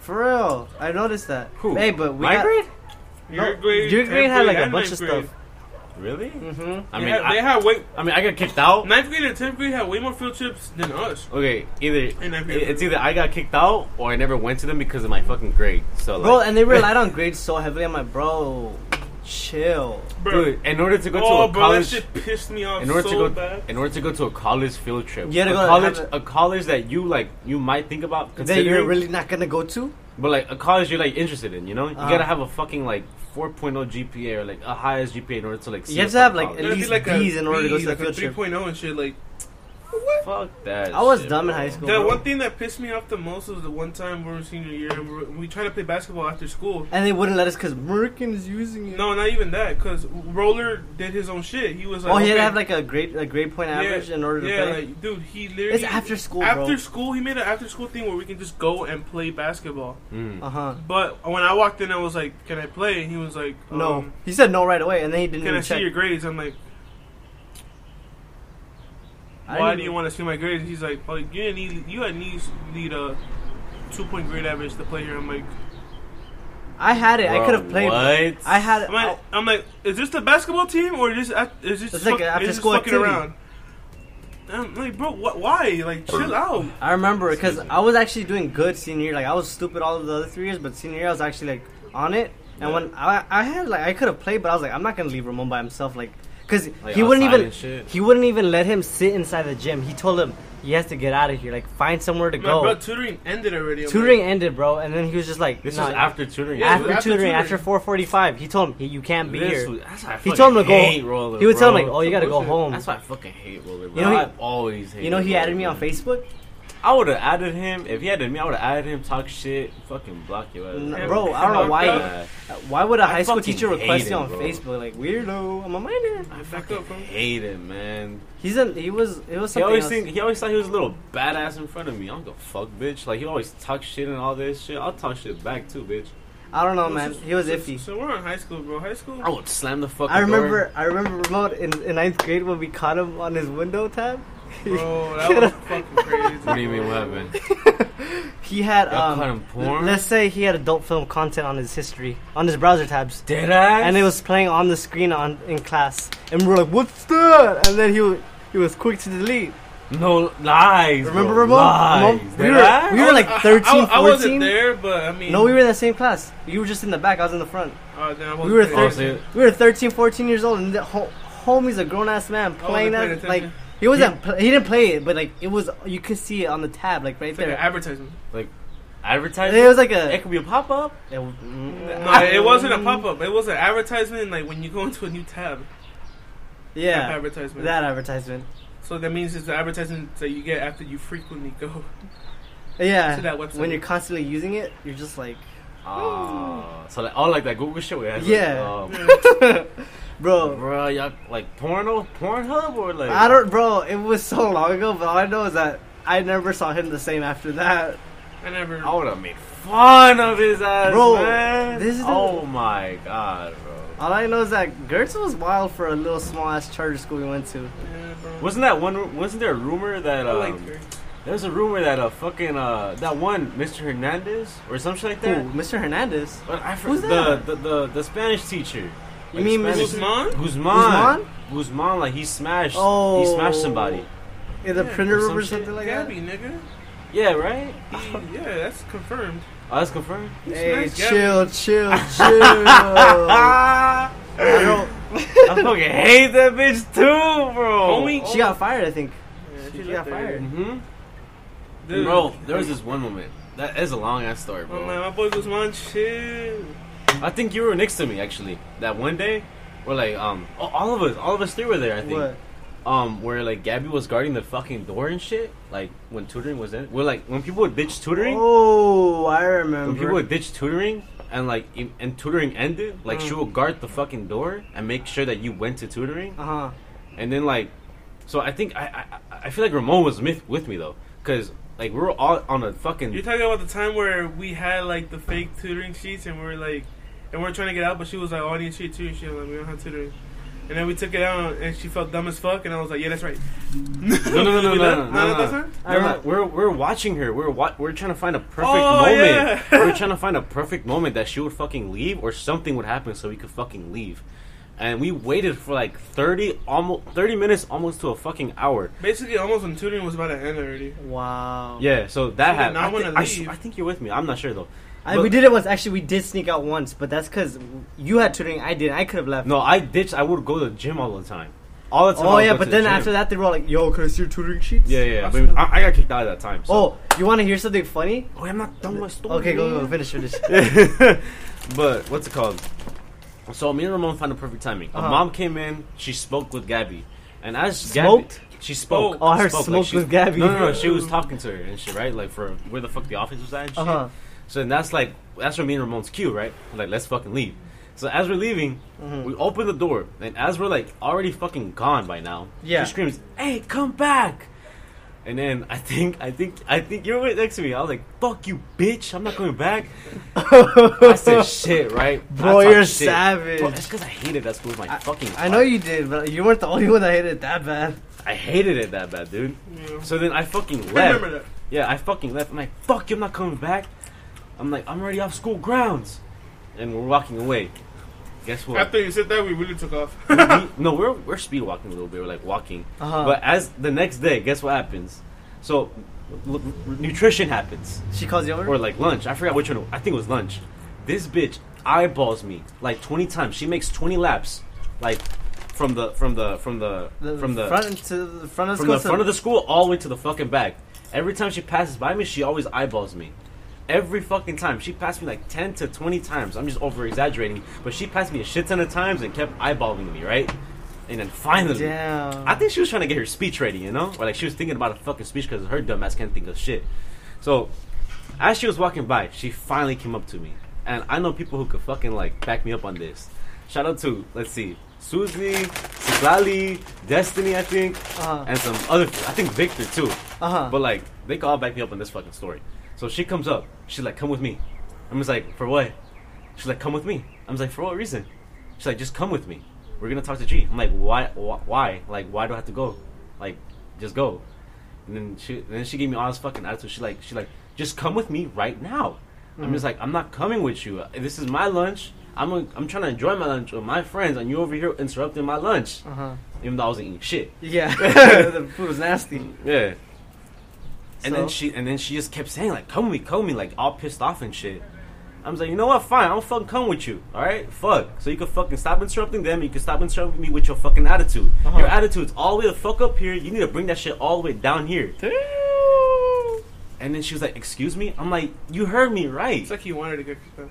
Speaker 2: For real, I noticed that.
Speaker 4: Who?
Speaker 2: Hey, but we
Speaker 4: My
Speaker 2: got,
Speaker 4: grade?
Speaker 5: Your
Speaker 2: No,
Speaker 5: grade,
Speaker 2: your grade
Speaker 5: tenth
Speaker 2: had, like, a
Speaker 5: and
Speaker 2: bunch
Speaker 5: ninth
Speaker 2: of
Speaker 5: grade.
Speaker 2: stuff.
Speaker 4: Really?
Speaker 2: Mhm.
Speaker 4: I
Speaker 5: They
Speaker 4: mean,
Speaker 5: had-
Speaker 4: I,
Speaker 5: they had way
Speaker 4: I mean, I got kicked out.
Speaker 5: ninth grade and tenth grade had way more field trips than us.
Speaker 4: Okay, either
Speaker 5: And I-
Speaker 4: it- it's either I got kicked out or I never went to them because of my fucking grade. So, like,
Speaker 2: Bro, and they relied on grades so heavily. I'm like, bro, chill.
Speaker 5: Bro,
Speaker 4: dude, in order to go
Speaker 5: oh,
Speaker 4: to a
Speaker 5: bro,
Speaker 4: college,
Speaker 5: that shit pissed me off
Speaker 4: in order
Speaker 5: so
Speaker 4: to go,
Speaker 5: bad.
Speaker 4: in order to go to a college field trip,
Speaker 2: You had to
Speaker 4: a
Speaker 2: go to
Speaker 4: college,
Speaker 2: have
Speaker 4: a college that you like, you might think about
Speaker 2: That
Speaker 4: considering,
Speaker 2: you're really not gonna go to?
Speaker 4: but like a college you're like interested in. You know, you
Speaker 2: Uh-huh.
Speaker 4: gotta have a fucking like 4.0 GPA or like a highest GPA in order to like. see
Speaker 2: You have
Speaker 4: a
Speaker 2: to have
Speaker 4: fucking
Speaker 2: like at
Speaker 5: It'd
Speaker 4: college.
Speaker 5: be
Speaker 2: least
Speaker 5: like a
Speaker 2: B's in order to go
Speaker 5: B,
Speaker 2: to the
Speaker 5: like a
Speaker 2: field trip.
Speaker 5: 3.0 and shit. Like
Speaker 4: fuck that.
Speaker 2: I was
Speaker 4: shit,
Speaker 2: dumb in
Speaker 4: bro.
Speaker 2: high school.
Speaker 5: the
Speaker 2: bro.
Speaker 5: one thing that pissed me off the most was the one time we were senior year and we, were, we tried to play basketball after school.
Speaker 2: And they wouldn't let us because Merkin is using it.
Speaker 5: No, not even that, because Roller did his own shit. He was like,
Speaker 2: oh, he had to
Speaker 5: okay,
Speaker 2: have like a grade, a grade point average in order to
Speaker 5: yeah,
Speaker 2: play.
Speaker 5: like, dude, he literally
Speaker 2: it's after school,
Speaker 5: after
Speaker 2: bro.
Speaker 5: school he made an after school thing where we can just go and play basketball.
Speaker 4: Mm.
Speaker 2: Uh
Speaker 5: um,
Speaker 2: huh.
Speaker 5: But when I walked in, I was like, "Can I play?" And he was like,
Speaker 2: No,
Speaker 5: um,
Speaker 2: he said no right away, and then he didn't
Speaker 5: Can I
Speaker 2: even
Speaker 5: see
Speaker 2: check.
Speaker 5: your grades? I'm like,
Speaker 2: I
Speaker 5: Why
Speaker 2: didn't
Speaker 5: do you
Speaker 2: even-
Speaker 5: want to see my grades? He's like, Oh, you didn't need you had need need uh two point grade average to play here. I'm like,
Speaker 2: I had it. I
Speaker 4: Bro,
Speaker 2: could have played.
Speaker 4: What?
Speaker 2: I had.
Speaker 5: I'm like, I'm like, is this the basketball team or is this act- is this
Speaker 2: It's
Speaker 5: just
Speaker 2: like
Speaker 5: fuck-
Speaker 2: an
Speaker 5: is
Speaker 2: after
Speaker 5: this
Speaker 2: school
Speaker 5: fucking
Speaker 2: activity.
Speaker 5: around? I'm like, bro, wh- why? Like, chill out.
Speaker 2: I remember because I was actually doing good senior year. Like I was stupid all of the other three years, but senior year I was actually like on it. And when I, I had like I could have played, but I was like I'm not gonna leave Ramon by himself, like because
Speaker 4: Like,
Speaker 2: he wouldn't
Speaker 4: outside
Speaker 2: even
Speaker 4: and shit?
Speaker 2: he wouldn't even let him sit inside the gym. He told him he has to get out of here, like find somewhere to
Speaker 5: My
Speaker 2: go.
Speaker 5: bro, tutoring ended already. I'm
Speaker 2: tutoring
Speaker 5: like,
Speaker 2: ended, bro, and then he was just like
Speaker 4: This
Speaker 2: "Nah,
Speaker 4: was after tutoring.
Speaker 5: Yeah,
Speaker 2: after
Speaker 5: after
Speaker 2: tutoring,
Speaker 5: tutoring.
Speaker 2: after 4:45. He told him "Hey, you can't be
Speaker 4: This
Speaker 2: here.
Speaker 4: was- that's why I
Speaker 2: He told him to
Speaker 4: fucking hate
Speaker 2: go.
Speaker 4: Roller,
Speaker 2: he would tell him
Speaker 4: bro.
Speaker 2: like, oh, you gotta go
Speaker 5: Bullshit.
Speaker 2: home.
Speaker 4: That's why I fucking hate Roller. Bro.
Speaker 2: You know he-
Speaker 4: I've always hated.
Speaker 2: You know he
Speaker 4: Roller,
Speaker 2: added me on
Speaker 4: bro.
Speaker 2: Facebook,
Speaker 4: I would have added him if he added me. I would have added him. Talk shit. Fucking block you.
Speaker 2: N-
Speaker 5: Yeah,
Speaker 2: bro. I don't know
Speaker 5: fuck
Speaker 2: why.
Speaker 5: that.
Speaker 4: Yeah.
Speaker 2: Why would a
Speaker 4: I
Speaker 2: high school
Speaker 4: fucking
Speaker 2: teacher
Speaker 4: hate
Speaker 2: request you
Speaker 4: him,
Speaker 2: on
Speaker 4: bro.
Speaker 2: Facebook? Like weirdo, I'm a minor.
Speaker 5: I back up, bro.
Speaker 4: Hate him, man.
Speaker 2: He's a he was it was
Speaker 4: He
Speaker 2: something
Speaker 4: always
Speaker 2: else.
Speaker 4: think he always thought he was a little badass in front of me. I don't give a fuck, bitch. Like he always talk shit and all this shit. I'll talk shit back too, bitch.
Speaker 2: I don't know, man. He was iffy.
Speaker 5: So we're on high school, bro. High school.
Speaker 4: I would slam the fucking.
Speaker 2: I remember
Speaker 4: door.
Speaker 2: I remember remote in, in ninth grade when we caught him on his window tab.
Speaker 5: Bro, that was fucking crazy.
Speaker 4: What do you mean?
Speaker 5: bro.
Speaker 4: What happened?
Speaker 2: He had
Speaker 4: Y'all
Speaker 2: um,
Speaker 4: caught him porn?
Speaker 2: let's say he had adult film content on his history on his browser tabs,
Speaker 4: Dead ass.
Speaker 2: and it was playing on the screen on in class, and we were like, "What's that?" And then he wa- he was quick to delete.
Speaker 4: no lies.
Speaker 2: Remember
Speaker 4: bro.
Speaker 2: Ramon?
Speaker 4: Lies.
Speaker 2: Ramon?
Speaker 4: Dead
Speaker 2: We were
Speaker 4: ass?
Speaker 2: we were like
Speaker 5: I- I-
Speaker 2: 13,
Speaker 5: I, I wasn't
Speaker 2: 14?
Speaker 5: there, but I mean,
Speaker 2: No, we were in the same class. You were just in the back. I was in the front.
Speaker 5: Uh, then I wasn't
Speaker 2: We were
Speaker 5: paying
Speaker 4: Oh,
Speaker 5: attention.
Speaker 4: so-
Speaker 2: We were 13, 14 years old, and the ho- homie's a grown ass man
Speaker 5: wasn't
Speaker 2: playing
Speaker 5: paying
Speaker 2: that.
Speaker 5: Oh, attention.
Speaker 2: Like he wasn't, pl- he didn't play it, but like it was, you could see it on the tab, like right
Speaker 5: It's like an
Speaker 2: there.
Speaker 5: advertisement.
Speaker 4: Advertising.
Speaker 2: It was like a.
Speaker 4: It could be a pop up.
Speaker 2: it w- mm,
Speaker 5: No, it wasn't a pop up. It was an advertisement. Like when you go into a new tab, app
Speaker 2: yeah,
Speaker 5: advertisement.
Speaker 2: that advertisement.
Speaker 5: So that means it's the advertisement that you get after you frequently go.
Speaker 2: Yeah,
Speaker 5: To that website.
Speaker 2: when you're constantly using it, you're just like,
Speaker 4: Oh, so like all like that Google shit. we had, like,
Speaker 2: Yeah.
Speaker 4: oh,
Speaker 2: bro,
Speaker 4: bro, y'all like porno, Pornhub or like
Speaker 2: I don't, bro. It was so long ago, but all I know is that I never saw him the same after that.
Speaker 5: I never.
Speaker 4: I would have made fun of his ass,
Speaker 2: Bro,
Speaker 4: man.
Speaker 2: this is-
Speaker 4: oh my god, bro.
Speaker 2: All I know is that Gertz was wild for a little small ass charter school we went to.
Speaker 5: Yeah, bro.
Speaker 4: Wasn't that one? ru- Wasn't there a rumor that
Speaker 5: I like
Speaker 4: um,
Speaker 5: her.
Speaker 4: there was a rumor that a fucking uh that one Mr. Hernandez or something like
Speaker 2: Who,
Speaker 4: that?
Speaker 2: Mr. Hernandez?
Speaker 4: But I for-
Speaker 2: Who's
Speaker 4: the,
Speaker 2: that?
Speaker 4: The, the the Spanish teacher.
Speaker 2: You mean
Speaker 4: Spanish-
Speaker 2: Mr.
Speaker 5: Guzman?
Speaker 4: Guzman? Guzman, like he smashed. He
Speaker 2: Oh.
Speaker 4: smashed somebody.
Speaker 2: In the
Speaker 5: Yeah,
Speaker 2: printer
Speaker 4: or
Speaker 2: room
Speaker 4: some
Speaker 2: or
Speaker 4: shit.
Speaker 2: something like that?
Speaker 5: Gabby, nigga.
Speaker 4: Yeah, right.
Speaker 5: He- yeah, that's confirmed.
Speaker 4: Oh, that's confirmed.
Speaker 2: Hey,
Speaker 5: Smash Gabby.
Speaker 2: chill, chill, chill. I
Speaker 4: Ah,
Speaker 2: don't,
Speaker 4: I fucking hate that bitch too, bro.
Speaker 5: Homie.
Speaker 2: she got fired, I think.
Speaker 5: Yeah,
Speaker 2: She
Speaker 5: she's
Speaker 2: got
Speaker 5: up there.
Speaker 2: fired.
Speaker 4: hmm
Speaker 5: Dude.
Speaker 4: Bro, there was this one moment. That is a long ass story,
Speaker 5: Oh
Speaker 4: bro.
Speaker 5: man, my boy Guzman, chill.
Speaker 4: I think you were next to me actually. That one day, where like um a- all of us, all of us three were there. I think.
Speaker 2: What?
Speaker 4: Um, where like Gabby was guarding the fucking door and shit. Like when tutoring was in, well, like when people would ditch tutoring,
Speaker 2: Oh, I
Speaker 4: when people
Speaker 2: remember.
Speaker 4: would ditch tutoring, and like in- and tutoring ended, like
Speaker 2: Mm.
Speaker 4: she would guard the fucking door and make sure that you went to tutoring.
Speaker 2: Uh huh.
Speaker 4: And then like, so I think I I, I feel like Ramon was with with me though, cause like we were all on a fucking.
Speaker 5: You're talking about the time where we had like the fake tutoring sheets and we were like, and we are trying to get out, but she was like, oh, I need a sheet too. And she was like, we don't have tutoring. And then we took it out and she felt dumb as fuck. And I was like, yeah, that's right. no,
Speaker 4: no, no, no, no, no, no, no.
Speaker 5: that's not?
Speaker 4: No, no, we're we're watching her. We're wa- we're trying to find a perfect
Speaker 5: Uh, Oh,
Speaker 4: moment.
Speaker 5: yeah.
Speaker 4: we're trying to find a perfect moment that she would fucking leave or something would happen so we could fucking leave. And we waited for like thirty almost thirty minutes, almost to a fucking hour.
Speaker 5: Basically, almost when tutoring was about to end already.
Speaker 2: Wow.
Speaker 4: Yeah, so that
Speaker 5: did
Speaker 4: happened.
Speaker 5: not
Speaker 4: I, thi-
Speaker 5: wanna
Speaker 4: I s-
Speaker 5: leave.
Speaker 4: I think you're with me. I'm not sure though.
Speaker 2: I,
Speaker 4: But-
Speaker 2: we did it once. Actually, we did sneak out once, but that's because you had tutoring. I didn't. I could have left.
Speaker 4: No, I ditched. I would go to the gym all the time. All the time. I
Speaker 2: oh,
Speaker 4: would
Speaker 2: yeah,
Speaker 4: go to
Speaker 2: but
Speaker 4: the
Speaker 2: then
Speaker 4: gym.
Speaker 2: after that, they were all like, yo, could I see your tutoring sheets?
Speaker 4: Yeah, yeah. yeah. But I, I got kicked out at that time. So.
Speaker 2: Oh, you want to hear something funny?
Speaker 4: Wait, I'm not done with my story.
Speaker 2: Okay, go, go,
Speaker 4: man.
Speaker 2: finish, finish.
Speaker 4: but what's it called? So me and Ramon found the perfect timing. A
Speaker 2: Uh-huh.
Speaker 4: mom came in. She spoke with Gabby, and as
Speaker 2: Smoked?
Speaker 4: Gabby, she spoke.
Speaker 2: Oh, I heard
Speaker 4: spoke,
Speaker 2: smoked
Speaker 4: she-
Speaker 2: with Gabby.
Speaker 4: No, no, no. She was talking to her and shit, right? Like for where the fuck the office was at. And shit.
Speaker 2: Uh huh.
Speaker 4: So then that's like that's where me and Ramon's cue, right? We're like let's fucking leave. So as we're leaving,
Speaker 2: Mm-hmm.
Speaker 4: we open the door, and as we're like already fucking gone by now,
Speaker 2: Yeah.
Speaker 4: she screams, "Hey, come back!" And then I think I think I think you're right next to me. I was like, "Fuck you, bitch! I'm not going back." I said shit, right? I
Speaker 2: Bro,
Speaker 4: talked
Speaker 2: you're
Speaker 4: shit.
Speaker 2: savage.
Speaker 4: Bro, that's because I hated that school with my fucking.
Speaker 2: I know
Speaker 4: heart.
Speaker 2: you did, but you weren't the only one that hated it that bad.
Speaker 4: I hated it that bad, dude.
Speaker 5: Yeah.
Speaker 4: So then I fucking
Speaker 5: I
Speaker 4: left.
Speaker 5: remember that.
Speaker 4: Yeah, I fucking left. I'm like, fuck you, I'm not coming back. I'm like, I'm already off school grounds. And we're walking away. Guess what?
Speaker 5: After you said that, we really took off.
Speaker 4: We- no, we're, we're speed walking a little bit. We're like walking.
Speaker 2: Uh-huh.
Speaker 4: But as the next day, guess what happens? So, l- l- nutrition happens.
Speaker 2: she calls you over.
Speaker 4: Or like lunch. I forgot which one. I think it was lunch. This bitch eyeballs me like 20 times. She makes 20 laps. Like, from the, from the, from the,
Speaker 2: the,
Speaker 4: from the,
Speaker 2: front to the front of the
Speaker 4: from
Speaker 2: school.
Speaker 4: the front of the school all the way to the fucking back. Every time she passes by me, she always eyeballs me. Every fucking time. She passed me like 10 to 20 times. I'm just over exaggerating. But she passed me a shit ton of times and kept eyeballing me, right? And then finally,
Speaker 2: Damn.
Speaker 4: I think she was trying to get her speech ready, you know? Or like she was thinking about a fucking speech because her dumb ass can't think of shit. So, as she was walking by, she finally came up to me. And I know people who could fucking like back me up on this. Shout out to, let's see, Susie, Citlali, Destiny, I think,
Speaker 2: Uh-huh.
Speaker 4: and some other, I think Victor too.
Speaker 2: Uh-huh.
Speaker 4: But like, they could all back me up on this fucking story. So she comes up, she's like, come with me. I'm just like, for what? She's like, come with me. I'm just like, for what reason? She's like, just come with me. We're gonna talk to G. I'm like, why? wh- Why? Like, why do I have to go? Like, just go. And then she, then she gave me all this fucking attitude. She like, she like, just come with me right now. I'm just like, I'm not coming with you. This is my lunch. I'm, i I'm trying to enjoy my lunch with my friends, and you over here interrupting my lunch.
Speaker 2: Uh-huh.
Speaker 4: Even though I wasn't eating shit.
Speaker 2: Yeah, the food was nasty.
Speaker 4: Yeah. And then
Speaker 2: So?
Speaker 4: she and then she just kept saying like, "Come with me, come with me," like all pissed off and shit. I was like, you know what? Fine, I'll fucking come with you. All right, fuck. So you can fucking stop interrupting them. You can stop interrupting me with your fucking attitude.
Speaker 2: Uh-huh.
Speaker 4: Your attitude's all the way the fuck up here. You need to bring that shit all the way down here. And then she was like, "Excuse me." I'm like, "You heard me right."
Speaker 5: it's like he wanted to get kicked out.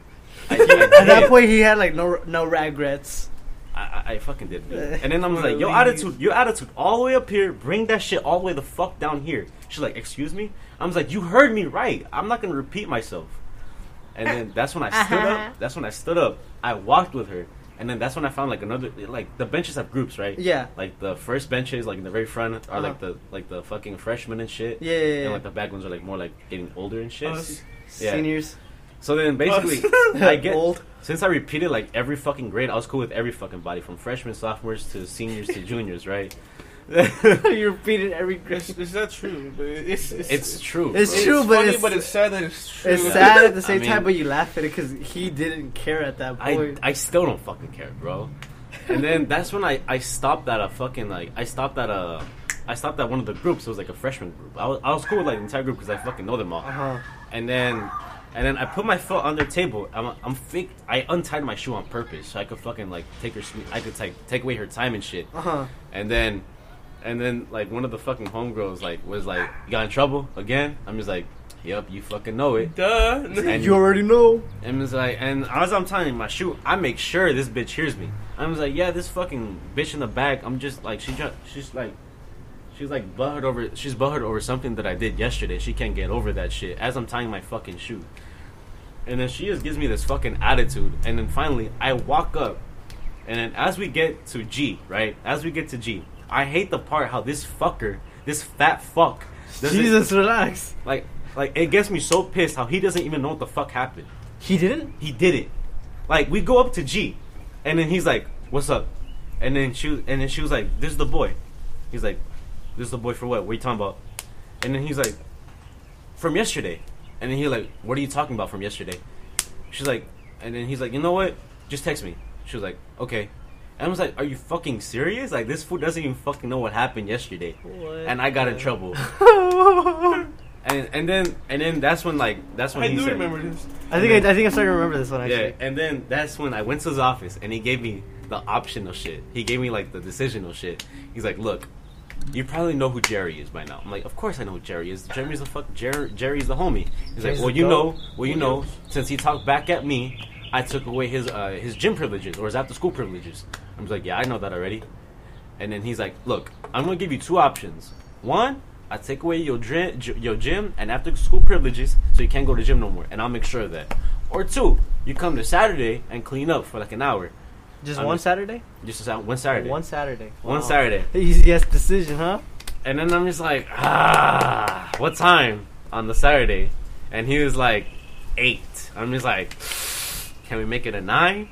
Speaker 4: I, I
Speaker 2: At that
Speaker 4: did.
Speaker 2: point, he had like no no regrets.
Speaker 4: I, I- I fucking did. And then I'm like,
Speaker 5: Really?
Speaker 4: your attitude, your attitude, all the way up here. Bring that shit all the way the fuck down here. She's like, excuse me. I was like, you heard me right. I'm not gonna repeat myself. And then that's when I
Speaker 2: Uh-huh.
Speaker 4: stood up. That's when I stood up. I walked with her. And then that's when I found like another like the benches have groups, right?
Speaker 2: Yeah.
Speaker 4: Like the first benches, like in the very front, are like
Speaker 2: Uh-huh.
Speaker 4: the like the fucking freshmen and shit.
Speaker 2: Yeah, yeah, yeah. Oh,
Speaker 4: And like the back ones are like more like getting older and shit.
Speaker 5: Us.
Speaker 4: Yeah.
Speaker 2: Seniors,
Speaker 4: So then basically, I get
Speaker 2: old.
Speaker 4: since I repeated like every fucking grade, I was cool with every fucking body from freshmen, sophomores to seniors to juniors, right?
Speaker 2: you repeated every
Speaker 5: It's,
Speaker 2: grade.
Speaker 5: it's not true, but it's it's,
Speaker 4: It's true.
Speaker 2: It's true, but
Speaker 5: funny,
Speaker 2: it's-
Speaker 5: but it's sad that it's true.
Speaker 2: It's sad at the same
Speaker 4: I mean-
Speaker 2: time, but you laugh at it because he didn't care at that
Speaker 4: I
Speaker 2: point.
Speaker 4: I still don't fucking care, bro. And then that's when I I stopped at a fucking like I stopped at a I stopped at one of the groups. It was like a freshman group. I was I was cool with like the entire group because I fucking know them all.
Speaker 2: uh-huh.
Speaker 4: And then and then I put my foot on their table. I'm I'm fake. I untied my shoe on purpose so I could fucking like take her. sm- I could take take away her time and shit.
Speaker 2: Uh-huh.
Speaker 4: And then, and then like one of the fucking homegirls like was like, "You got in trouble again?" I'm just like, "Yep, you fucking know it."
Speaker 5: Duh.
Speaker 4: And
Speaker 2: You already know.
Speaker 4: and it's like, and as I'm tying my shoe, I make sure this bitch hears me. I'm just like, yeah, this fucking bitch in the back. I'm just like, she just, she's like, she's like butthurt over, she's butthurt over something that I did yesterday. She can't get over that shit. As I'm tying my fucking shoe, and then she just gives me this fucking attitude. And then finally, I walk up, and then as we get to G, right, as we get to G, I hate the part how this fucker, this fat fuck, doesn't-
Speaker 2: Jesus, relax.
Speaker 4: like, like it gets me so pissed how he doesn't even know what the fuck happened
Speaker 2: He didn't.
Speaker 4: he did it. Like we go up to G, and then he's like, "What's up?" And then she and then she was like, "This is the boy." He's like, "This is the boy for what? What are you talking about?" And then he's like, "From yesterday." And then he's like, "What are you talking about from yesterday?" She's like, and then he's like, "You know what? Just text me." She was like, "Okay." And I was like, "Are you fucking serious? Like this fool doesn't even fucking know what happened yesterday." And I got in trouble. and and then and then that's when like that's when
Speaker 5: I
Speaker 4: he
Speaker 5: do
Speaker 4: said,
Speaker 5: remember this.
Speaker 2: I think I, I think I'm starting to remember this one actually.
Speaker 4: yeah, and then that's when I went to his office and he gave me the optional shit. He gave me like the decisional shit. He's like, look, you probably know who Jerry is by now. I'm like, of course I know who Jerry is. Jerry's the fuck. Jer- Jerry's the homie. He's like,
Speaker 2: Jerry's
Speaker 4: well,
Speaker 2: the
Speaker 4: you
Speaker 2: goat.
Speaker 4: know, well, you know, since he talked back at me, I took away his uh, his gym privileges or his after school privileges. I was like, yeah, I know that already. And then he's like, "Look, I'm gonna give you two options. One, I take away your dri- gy- your gym and after school privileges, so you can't go to gym no more, and I'll make sure of that. Or two, you come to Saturday and clean up for like an hour,
Speaker 2: Just
Speaker 4: I'm-
Speaker 2: one Saturday.
Speaker 4: just a Sa- one Saturday,
Speaker 2: One Saturday.
Speaker 4: one
Speaker 2: Wow.
Speaker 4: Saturday."
Speaker 2: Easy ass decision, huh?
Speaker 4: And then I'm just like, ah, what time on the Saturday? And he was like, eight. I'm just like, can we make it a nine?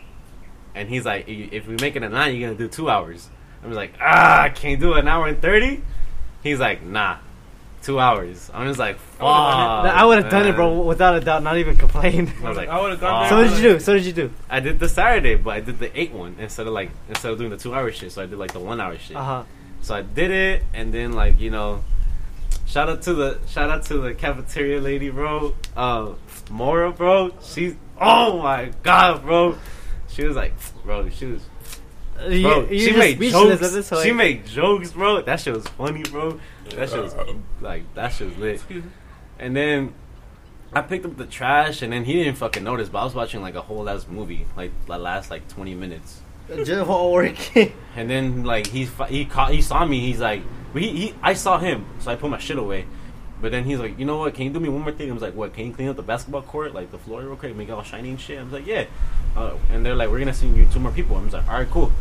Speaker 4: And he's like, "I- if we make it a nine, you're gonna do two hours. I'm just like, ah, can't do an hour and thirty. He's like, nah. two hours. I'm just like, fuck.
Speaker 5: I
Speaker 2: Oh, I would have done it, bro,
Speaker 4: man."
Speaker 2: without a doubt. Not even complain.
Speaker 4: I was like,
Speaker 5: I would've
Speaker 4: "Fuck."
Speaker 5: gone
Speaker 2: so what did you do? So what did you do?
Speaker 4: I did the Saturday, but I did the eight one instead of like instead of doing the two hour shit. So I did like the one hour shit.
Speaker 2: Uh huh.
Speaker 4: So I did it, and then like you know, shout out to the shout out to the cafeteria lady, bro. Uh, Mora, bro. She's oh my god, bro. She was like, bro. She was bro. she made jokes. she made jokes, bro. That shit was funny, bro. That shit was like that shit was lit. And then I picked up the trash, and then he didn't fucking notice. But I was watching like a whole ass movie, like the last like twenty minutes.
Speaker 2: Just while working.
Speaker 4: And then like he fi- he caught he saw me. He's like he, he I saw him, so I put my shit away. But then he's like, you know what? Can you do me one more thing? I was like, what? Can you clean up the basketball court, like the floor, real quick, make it all shiny and shit? I was like, yeah. Uh, and they're like, we're gonna send you two more people. I was like, all right, cool.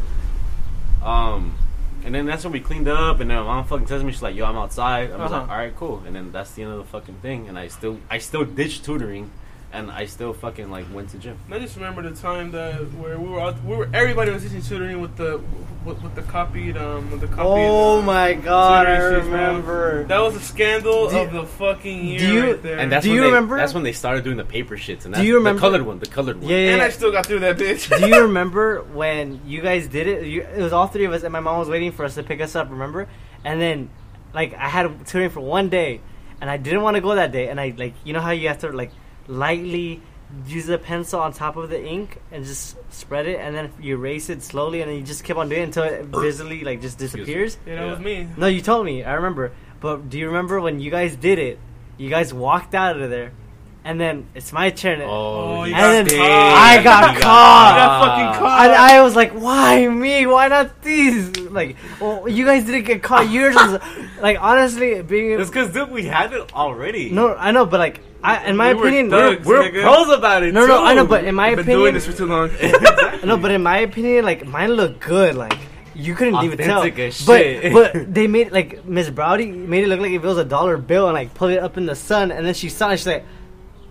Speaker 4: Um, and then that's when we cleaned up, and then my mom fucking tells me she's like, yo, I'm outside. I was like,
Speaker 2: Uh-huh.
Speaker 4: all right, cool. And then that's the end of the fucking thing. And I still I still ditched tutoring, and I still fucking like went to gym.
Speaker 5: I just remember the time that where we were out, we were everybody was teaching tutoring with the with, with the copied um with the copied.
Speaker 2: Oh
Speaker 5: uh,
Speaker 2: my god, I
Speaker 5: tutoring sheets, bro.
Speaker 2: remember.
Speaker 5: That was a scandal
Speaker 2: Do you-
Speaker 5: of the fucking year
Speaker 2: do you-
Speaker 5: right there.
Speaker 4: And that's
Speaker 2: Do
Speaker 4: when
Speaker 2: you
Speaker 4: they,
Speaker 2: remember-
Speaker 4: That's when they started doing the paper shits. And that's
Speaker 2: you remember-
Speaker 4: the colored one? The colored one.
Speaker 2: Yeah, yeah.
Speaker 5: and
Speaker 2: yeah.
Speaker 5: I still got through that bitch.
Speaker 2: Do you remember when you guys did it? You, it was all three of us, and my mom was waiting for us to pick us up. Remember? And then, like, I had tutoring for one day, and I didn't want to go that day. And I like, you know how you have to like lightly use the pencil on top of the ink and just spread it, and then you erase it slowly, and then you just keep on doing it until it visibly like just
Speaker 4: Excuse me.
Speaker 2: disappears.
Speaker 5: yeah, that
Speaker 4: Yeah.
Speaker 5: was me.
Speaker 2: No, you told me. I remember. But do you remember when you guys did it? You guys walked out of there, and then it's my turn.
Speaker 4: Oh,
Speaker 5: Oh,
Speaker 4: you
Speaker 5: you
Speaker 4: got
Speaker 5: got
Speaker 2: And then
Speaker 5: caught.
Speaker 2: I got caught.
Speaker 5: You got fucking caught.
Speaker 2: And I was like, why me? Why not these? Like, well, you guys didn't get caught. Yours was like, honestly, being
Speaker 4: It's because dude, we had it already.
Speaker 2: no, I know, but like, I in my
Speaker 5: We were
Speaker 2: opinion,
Speaker 5: thugs,
Speaker 4: we're
Speaker 5: nigga.
Speaker 4: pros about it.
Speaker 2: no, no,
Speaker 4: too.
Speaker 2: I know, but in my
Speaker 5: I've been
Speaker 2: opinion,
Speaker 5: doing this for too long.
Speaker 2: no, but in my opinion, like mine looked good, like. You couldn't even tell,
Speaker 4: Authentic as shit.
Speaker 2: but but they made like Miss Browdy made it look like if it was a dollar bill and like put it up in the sun and then she saw it she's like,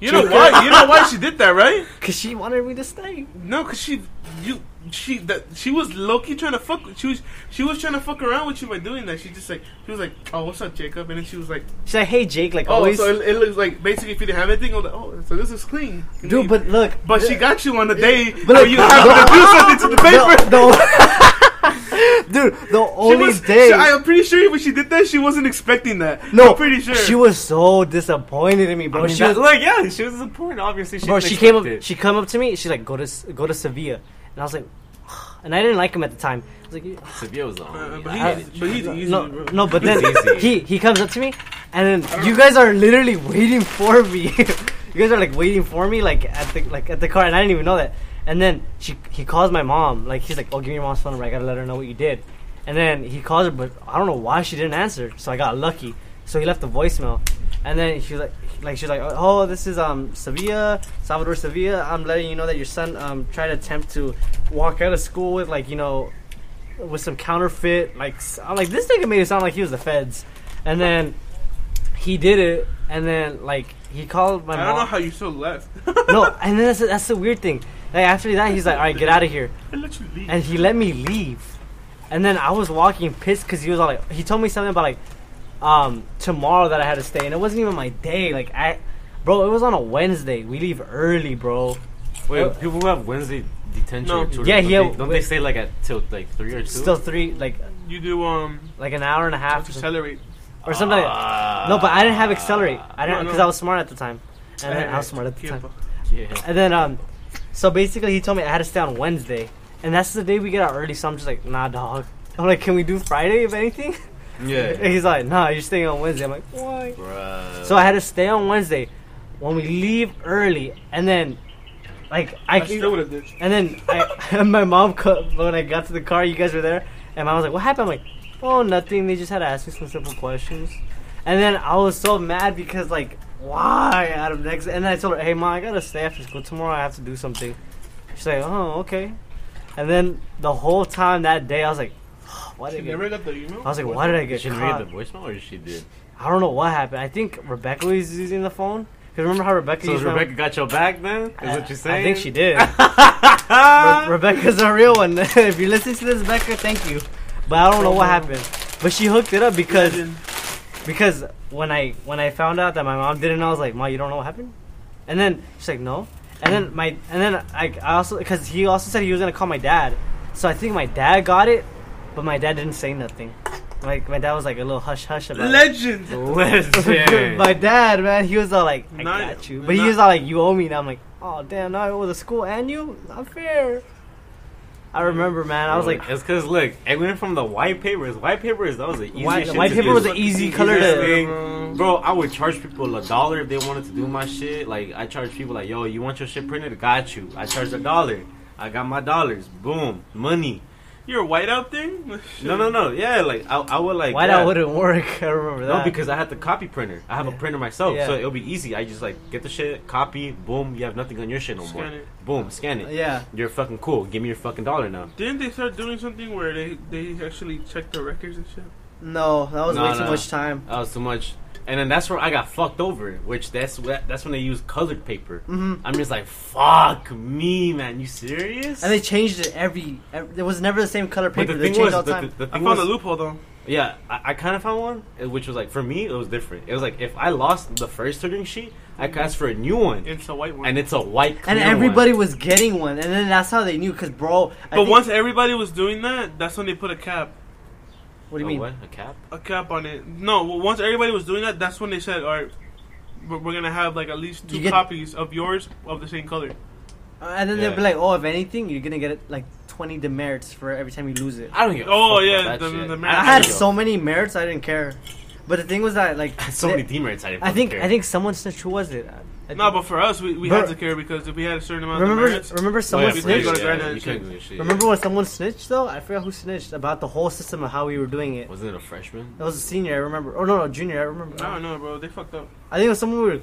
Speaker 5: you know why? You know why she did that, right?
Speaker 2: cause she wanted me to stay.
Speaker 5: No, cause she, you, she, that she was Loki trying to fuck. with- She was, she was trying to fuck around with you by doing that. She just like, she was like, oh, what's up, Jacob? And then she was like,
Speaker 2: She's like, hey Jake, like
Speaker 5: oh,
Speaker 2: always,
Speaker 5: so it, it looks like basically if you didn't have anything, I was like, oh, so this is clean, You can
Speaker 2: dude.
Speaker 5: leave.
Speaker 2: But look,
Speaker 5: but she got you on the day
Speaker 2: But
Speaker 5: where
Speaker 2: like-
Speaker 5: you happened to do something to the paper.
Speaker 2: the, the- dude, the
Speaker 5: She
Speaker 2: only
Speaker 5: was,
Speaker 2: day.
Speaker 5: she- I'm pretty sure when she did that, she wasn't expecting that.
Speaker 2: no,
Speaker 5: I'm pretty sure.
Speaker 2: She was so disappointed in me, bro.
Speaker 4: I mean,
Speaker 2: she
Speaker 4: that-
Speaker 2: was,
Speaker 4: like, yeah, she was disappointed. Obviously, she
Speaker 2: bro.
Speaker 4: didn't
Speaker 2: She came up.
Speaker 4: expect it.
Speaker 2: She come up to me. She's like, go to S- go to Sevilla, and I was like, and I didn't like him at the time. I was like, "You-
Speaker 4: Sevilla was on.
Speaker 5: Uh,
Speaker 4: I
Speaker 5: but
Speaker 4: hated
Speaker 5: he's,
Speaker 4: you.
Speaker 5: but he's easy,
Speaker 2: no,
Speaker 5: bro.
Speaker 2: no. But then
Speaker 4: Easy.
Speaker 2: he he comes up to me, and then you guys are literally waiting for me. you guys are like waiting for me, like at the like at the car, and I didn't even know that. And then she he calls my mom. Like he's like, "Oh, give me your mom's phone number. I gotta let her know what you did." And then he calls her, but I don't know why she didn't answer. So I got lucky. So he left a voicemail, and then she was like, like she's like, "Oh, this is um Sevilla, Salvador Sevilla. I'm letting you know that your son um tried to attempt to walk out of school with like you know with some counterfeit. Like s- I'm like this nigga made it sound like he was the feds, and then he did it, and then like he called my
Speaker 5: I
Speaker 2: mom.
Speaker 5: don't know how you so left.
Speaker 2: no, and then that's that's the weird thing. Like after that, he's like, "All right, get out of here,"
Speaker 5: I let you leave.
Speaker 2: and he let me leave. And then I was walking pissed because he was all like, he told me something about like um tomorrow that I had to stay, and it wasn't even my day. Like I, bro, it was on a Wednesday. We leave early, bro.
Speaker 4: Wait, people who have Wednesday detention.
Speaker 5: No.
Speaker 4: or tutoring,
Speaker 2: Yeah,
Speaker 4: don't,
Speaker 2: yeah,
Speaker 4: they, don't they
Speaker 2: wait.
Speaker 4: stay like at till like three or two?
Speaker 2: Still three, like
Speaker 5: You do um
Speaker 2: like an hour and a half or
Speaker 5: accelerate.
Speaker 2: something. like that.
Speaker 4: Ah.
Speaker 5: Ah.
Speaker 2: No, but I didn't have accelerate. I didn't
Speaker 5: Uh, No, Eh, no.
Speaker 2: because I was smart at the time. And then I was smart at the time.
Speaker 4: Ah, Yeah.
Speaker 2: And then um, so basically he told me I had to stay on Wednesday, and that's the day we get out early. So I'm just like, nah, dog. I'm like, can we do Friday if anything? And
Speaker 4: Yeah.
Speaker 2: he's like, nah, you're staying on Wednesday. I'm like, why?
Speaker 4: Bruh.
Speaker 2: So I had to stay on Wednesday. When we leave early, and then like I,
Speaker 5: I still would have did.
Speaker 2: and then I, and my mom, co- when I got to the car, you guys were there, and I was like, "What happened?" I'm like, "Oh, nothing. They just had to ask me some simple questions." And then I was so mad because like, why Adam next? And then I told her, "Hey, mom, I gotta stay after school tomorrow. I have to do something." She's like, "Oh, okay." And then the whole time that day, I was like, "Why
Speaker 5: You
Speaker 2: did I
Speaker 5: never
Speaker 2: get?"
Speaker 5: got the email.
Speaker 2: I was like, "Why did I get
Speaker 4: she didn't read the
Speaker 2: caught?"
Speaker 4: voicemail, or she did.
Speaker 2: I don't know what happened. I think Rebecca was using the phone. Cause remember how Rebecca
Speaker 4: So
Speaker 2: used my-
Speaker 4: Rebecca got your back then? Is what you're saying?
Speaker 2: I think she did. Re- Rebecca's a real one. if you listen to this, Becca, thank you. But I don't know what happened. But she hooked it up because
Speaker 5: Imagine.
Speaker 2: because when I when I found out that my mom didn't know, I was like, "Ma, you don't know what happened?" And then she's like, "No." And then my and then I, I also because he also said he was gonna call my dad, so I think my dad got it, but my dad didn't say nothing. Like my dad was like a little hush hush about it.
Speaker 5: Legend.
Speaker 4: Listen.
Speaker 2: my dad, man, he was all like, "I
Speaker 5: Not-
Speaker 2: got you," but he
Speaker 5: not-
Speaker 2: was all like, "You owe me." And I'm like, "Oh damn, now I owe the school and you. Not fair." I remember, man. I was like,
Speaker 4: it's because look, I went from the white papers. White papers, that was the easy.
Speaker 2: White-
Speaker 4: shit
Speaker 2: white
Speaker 4: to
Speaker 2: paper
Speaker 4: do.
Speaker 2: was the easy color
Speaker 4: Easiest
Speaker 2: to- Mm-hmm.
Speaker 4: thing. Bro, I would charge people a dollar if they wanted to do my shit. Like I charge people like, yo, you want your shit printed? Got you. I charge a dollar. I got my dollars. Boom, money.
Speaker 5: You're white out there.
Speaker 4: No, no, no. Yeah, like I, I would like.
Speaker 2: "Why
Speaker 4: yeah.
Speaker 2: that wouldn't work?" I remember that.
Speaker 4: No, because I had the copy printer. I have a
Speaker 2: Yeah.
Speaker 4: printer myself,
Speaker 2: Yeah.
Speaker 4: so it'll be easy. I just like get the shit, copy, boom. You have nothing on your shit no
Speaker 5: Scan
Speaker 4: more.
Speaker 5: it.
Speaker 4: Boom, scan it.
Speaker 2: yeah.
Speaker 4: You're fucking cool. Give me your fucking dollar now.
Speaker 5: Didn't they start doing something where they they actually check the records and shit?
Speaker 2: No, that was
Speaker 4: No,
Speaker 2: way
Speaker 4: no.
Speaker 2: too much time.
Speaker 4: That was too much. And then that's where I got fucked over, which that's wh- that's when they use colored paper.
Speaker 2: Mhm.
Speaker 4: I'm just like, fuck me, man. You serious?
Speaker 2: And they changed it every. every there was never the same color
Speaker 4: but
Speaker 2: paper.
Speaker 4: the
Speaker 2: they
Speaker 4: thing
Speaker 2: changed
Speaker 4: was,
Speaker 2: all
Speaker 4: the,
Speaker 2: the time.
Speaker 4: the- the
Speaker 5: I
Speaker 4: thing
Speaker 5: found a
Speaker 4: was-
Speaker 5: loophole though.
Speaker 4: yeah, I, I kind of found one, uh, which was like for me, it was different. It was like if I lost the first turning sheet, I could ask for a new one,
Speaker 5: It's a white one.
Speaker 4: and it's a white.
Speaker 2: and
Speaker 4: clear one.
Speaker 2: everybody was getting one, and then that's how they knew. Cause bro, I
Speaker 5: but
Speaker 2: think-
Speaker 5: once everybody was doing that, that's when they put a cap,
Speaker 2: what do you
Speaker 4: A
Speaker 2: mean?
Speaker 4: Oh, What? A cap?
Speaker 5: a cap on it. No, well, once everybody was doing that, that's when they said, "All right, we're, we're gonna have like at least two
Speaker 2: You get-
Speaker 5: copies of yours of the same color."
Speaker 2: Uh, and then
Speaker 4: Yeah.
Speaker 2: they'll be like, oh, if anything, you're gonna get like 20 demerits for every time you lose it.
Speaker 4: I don't get.
Speaker 5: Oh, yeah, the- the
Speaker 2: I
Speaker 5: merit-
Speaker 2: had so many merits, I didn't care. But the thing was that like,
Speaker 4: so many demerits. I didn't.
Speaker 2: I think
Speaker 4: fucking
Speaker 2: I
Speaker 4: care.
Speaker 2: think someone snitched. Who was it? I, I
Speaker 5: No,
Speaker 2: think-
Speaker 5: but for us, we, we
Speaker 2: Bro-
Speaker 5: had to care because if we had a certain amount
Speaker 2: remember
Speaker 5: of merits,
Speaker 2: remember
Speaker 4: Oh,
Speaker 2: someone
Speaker 4: yeah,
Speaker 5: we
Speaker 2: snitched.
Speaker 5: couldn't
Speaker 4: yeah,
Speaker 5: go to
Speaker 4: yeah,
Speaker 5: Granite
Speaker 4: you
Speaker 5: Shit.
Speaker 4: couldn't do shit.
Speaker 2: Remember when someone snitched though? I forgot who snitched about the whole system of how we were doing it.
Speaker 4: Wasn't it a freshman?
Speaker 2: It was a senior, I remember. Oh no, no, junior, I remember.
Speaker 5: I don't know, bro. They fucked up.
Speaker 2: I think it was someone we were.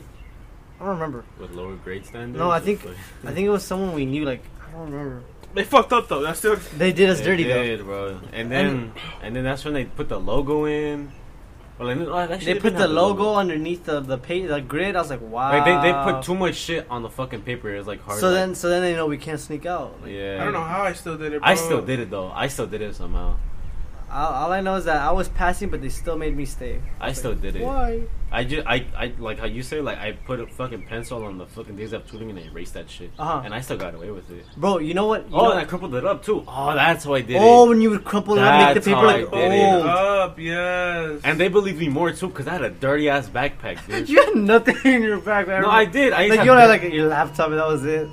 Speaker 2: I don't remember.
Speaker 4: With lower grade standards?
Speaker 2: No, I think-
Speaker 4: Like-
Speaker 2: I think it was someone we knew. Like I don't remember.
Speaker 5: They fucked up though. That's still
Speaker 2: They did us
Speaker 4: They
Speaker 2: dirty though.
Speaker 4: did, bro. And then and, then that's when they put the logo in. Well, like, no, actually,
Speaker 2: They put
Speaker 4: didn't
Speaker 2: the
Speaker 4: have
Speaker 2: logo underneath the the pay, the grid. I was like, wow.
Speaker 4: Like they, they put too much shit on the fucking paper. It's like hard.
Speaker 2: Ah. So
Speaker 4: like-
Speaker 2: then, so then they know we can't sneak out. Like,
Speaker 4: yeah.
Speaker 5: I don't know how I still did it. Bro.
Speaker 4: I still did it though. I still did it somehow.
Speaker 2: all, all I know is that I was passing, but they still made me stay.
Speaker 4: I still did it.
Speaker 2: Why?
Speaker 4: I just I, I like how you say like I put a fucking pencil on the fucking days of tutoring and I erased that shit.
Speaker 2: Uh-huh.
Speaker 4: And I still got away with it.
Speaker 2: Bro, you know what? You
Speaker 4: oh,
Speaker 2: know-
Speaker 4: and I crumpled it up too. Oh, that's how I did
Speaker 2: oh,
Speaker 4: it.
Speaker 2: when you would crumple it up, make
Speaker 4: That's
Speaker 2: the paper
Speaker 4: how I
Speaker 2: like oh.
Speaker 4: did it.
Speaker 2: old.
Speaker 5: Up, yes.
Speaker 4: And they believed me more too because I had a dirty ass backpack. Dude.
Speaker 2: You had nothing in your back.
Speaker 4: Oh. no, I did. I used
Speaker 2: Like
Speaker 4: to
Speaker 2: you had
Speaker 4: have
Speaker 2: like your laptop, and that was it.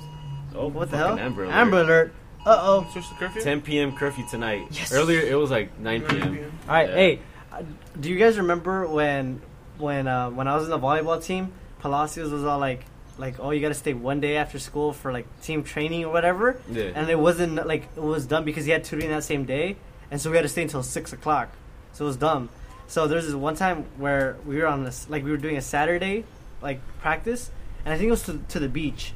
Speaker 4: Oh,
Speaker 2: What the
Speaker 4: fucking
Speaker 2: hell?
Speaker 4: Amber Alert.
Speaker 2: Amber alert. Uh oh.
Speaker 5: Switch the curfew.
Speaker 4: 10 p.m. curfew tonight.
Speaker 2: Yes.
Speaker 4: Earlier it was like 9
Speaker 5: 9
Speaker 4: p.m.
Speaker 5: p.m.
Speaker 2: All right,
Speaker 4: Yeah.
Speaker 2: hey, uh, do you guys remember when when uh, when I was in the volleyball team, Palacios was all like like oh you got to stay one day after school for like team training or whatever,
Speaker 4: Yeah.
Speaker 2: and it wasn't like it was dumb because he had tutoring that same day, and so we had to stay until six o'clock, so it was dumb. So there's this one time where we were on this like we were doing a Saturday like practice, and I think it was to, to the beach,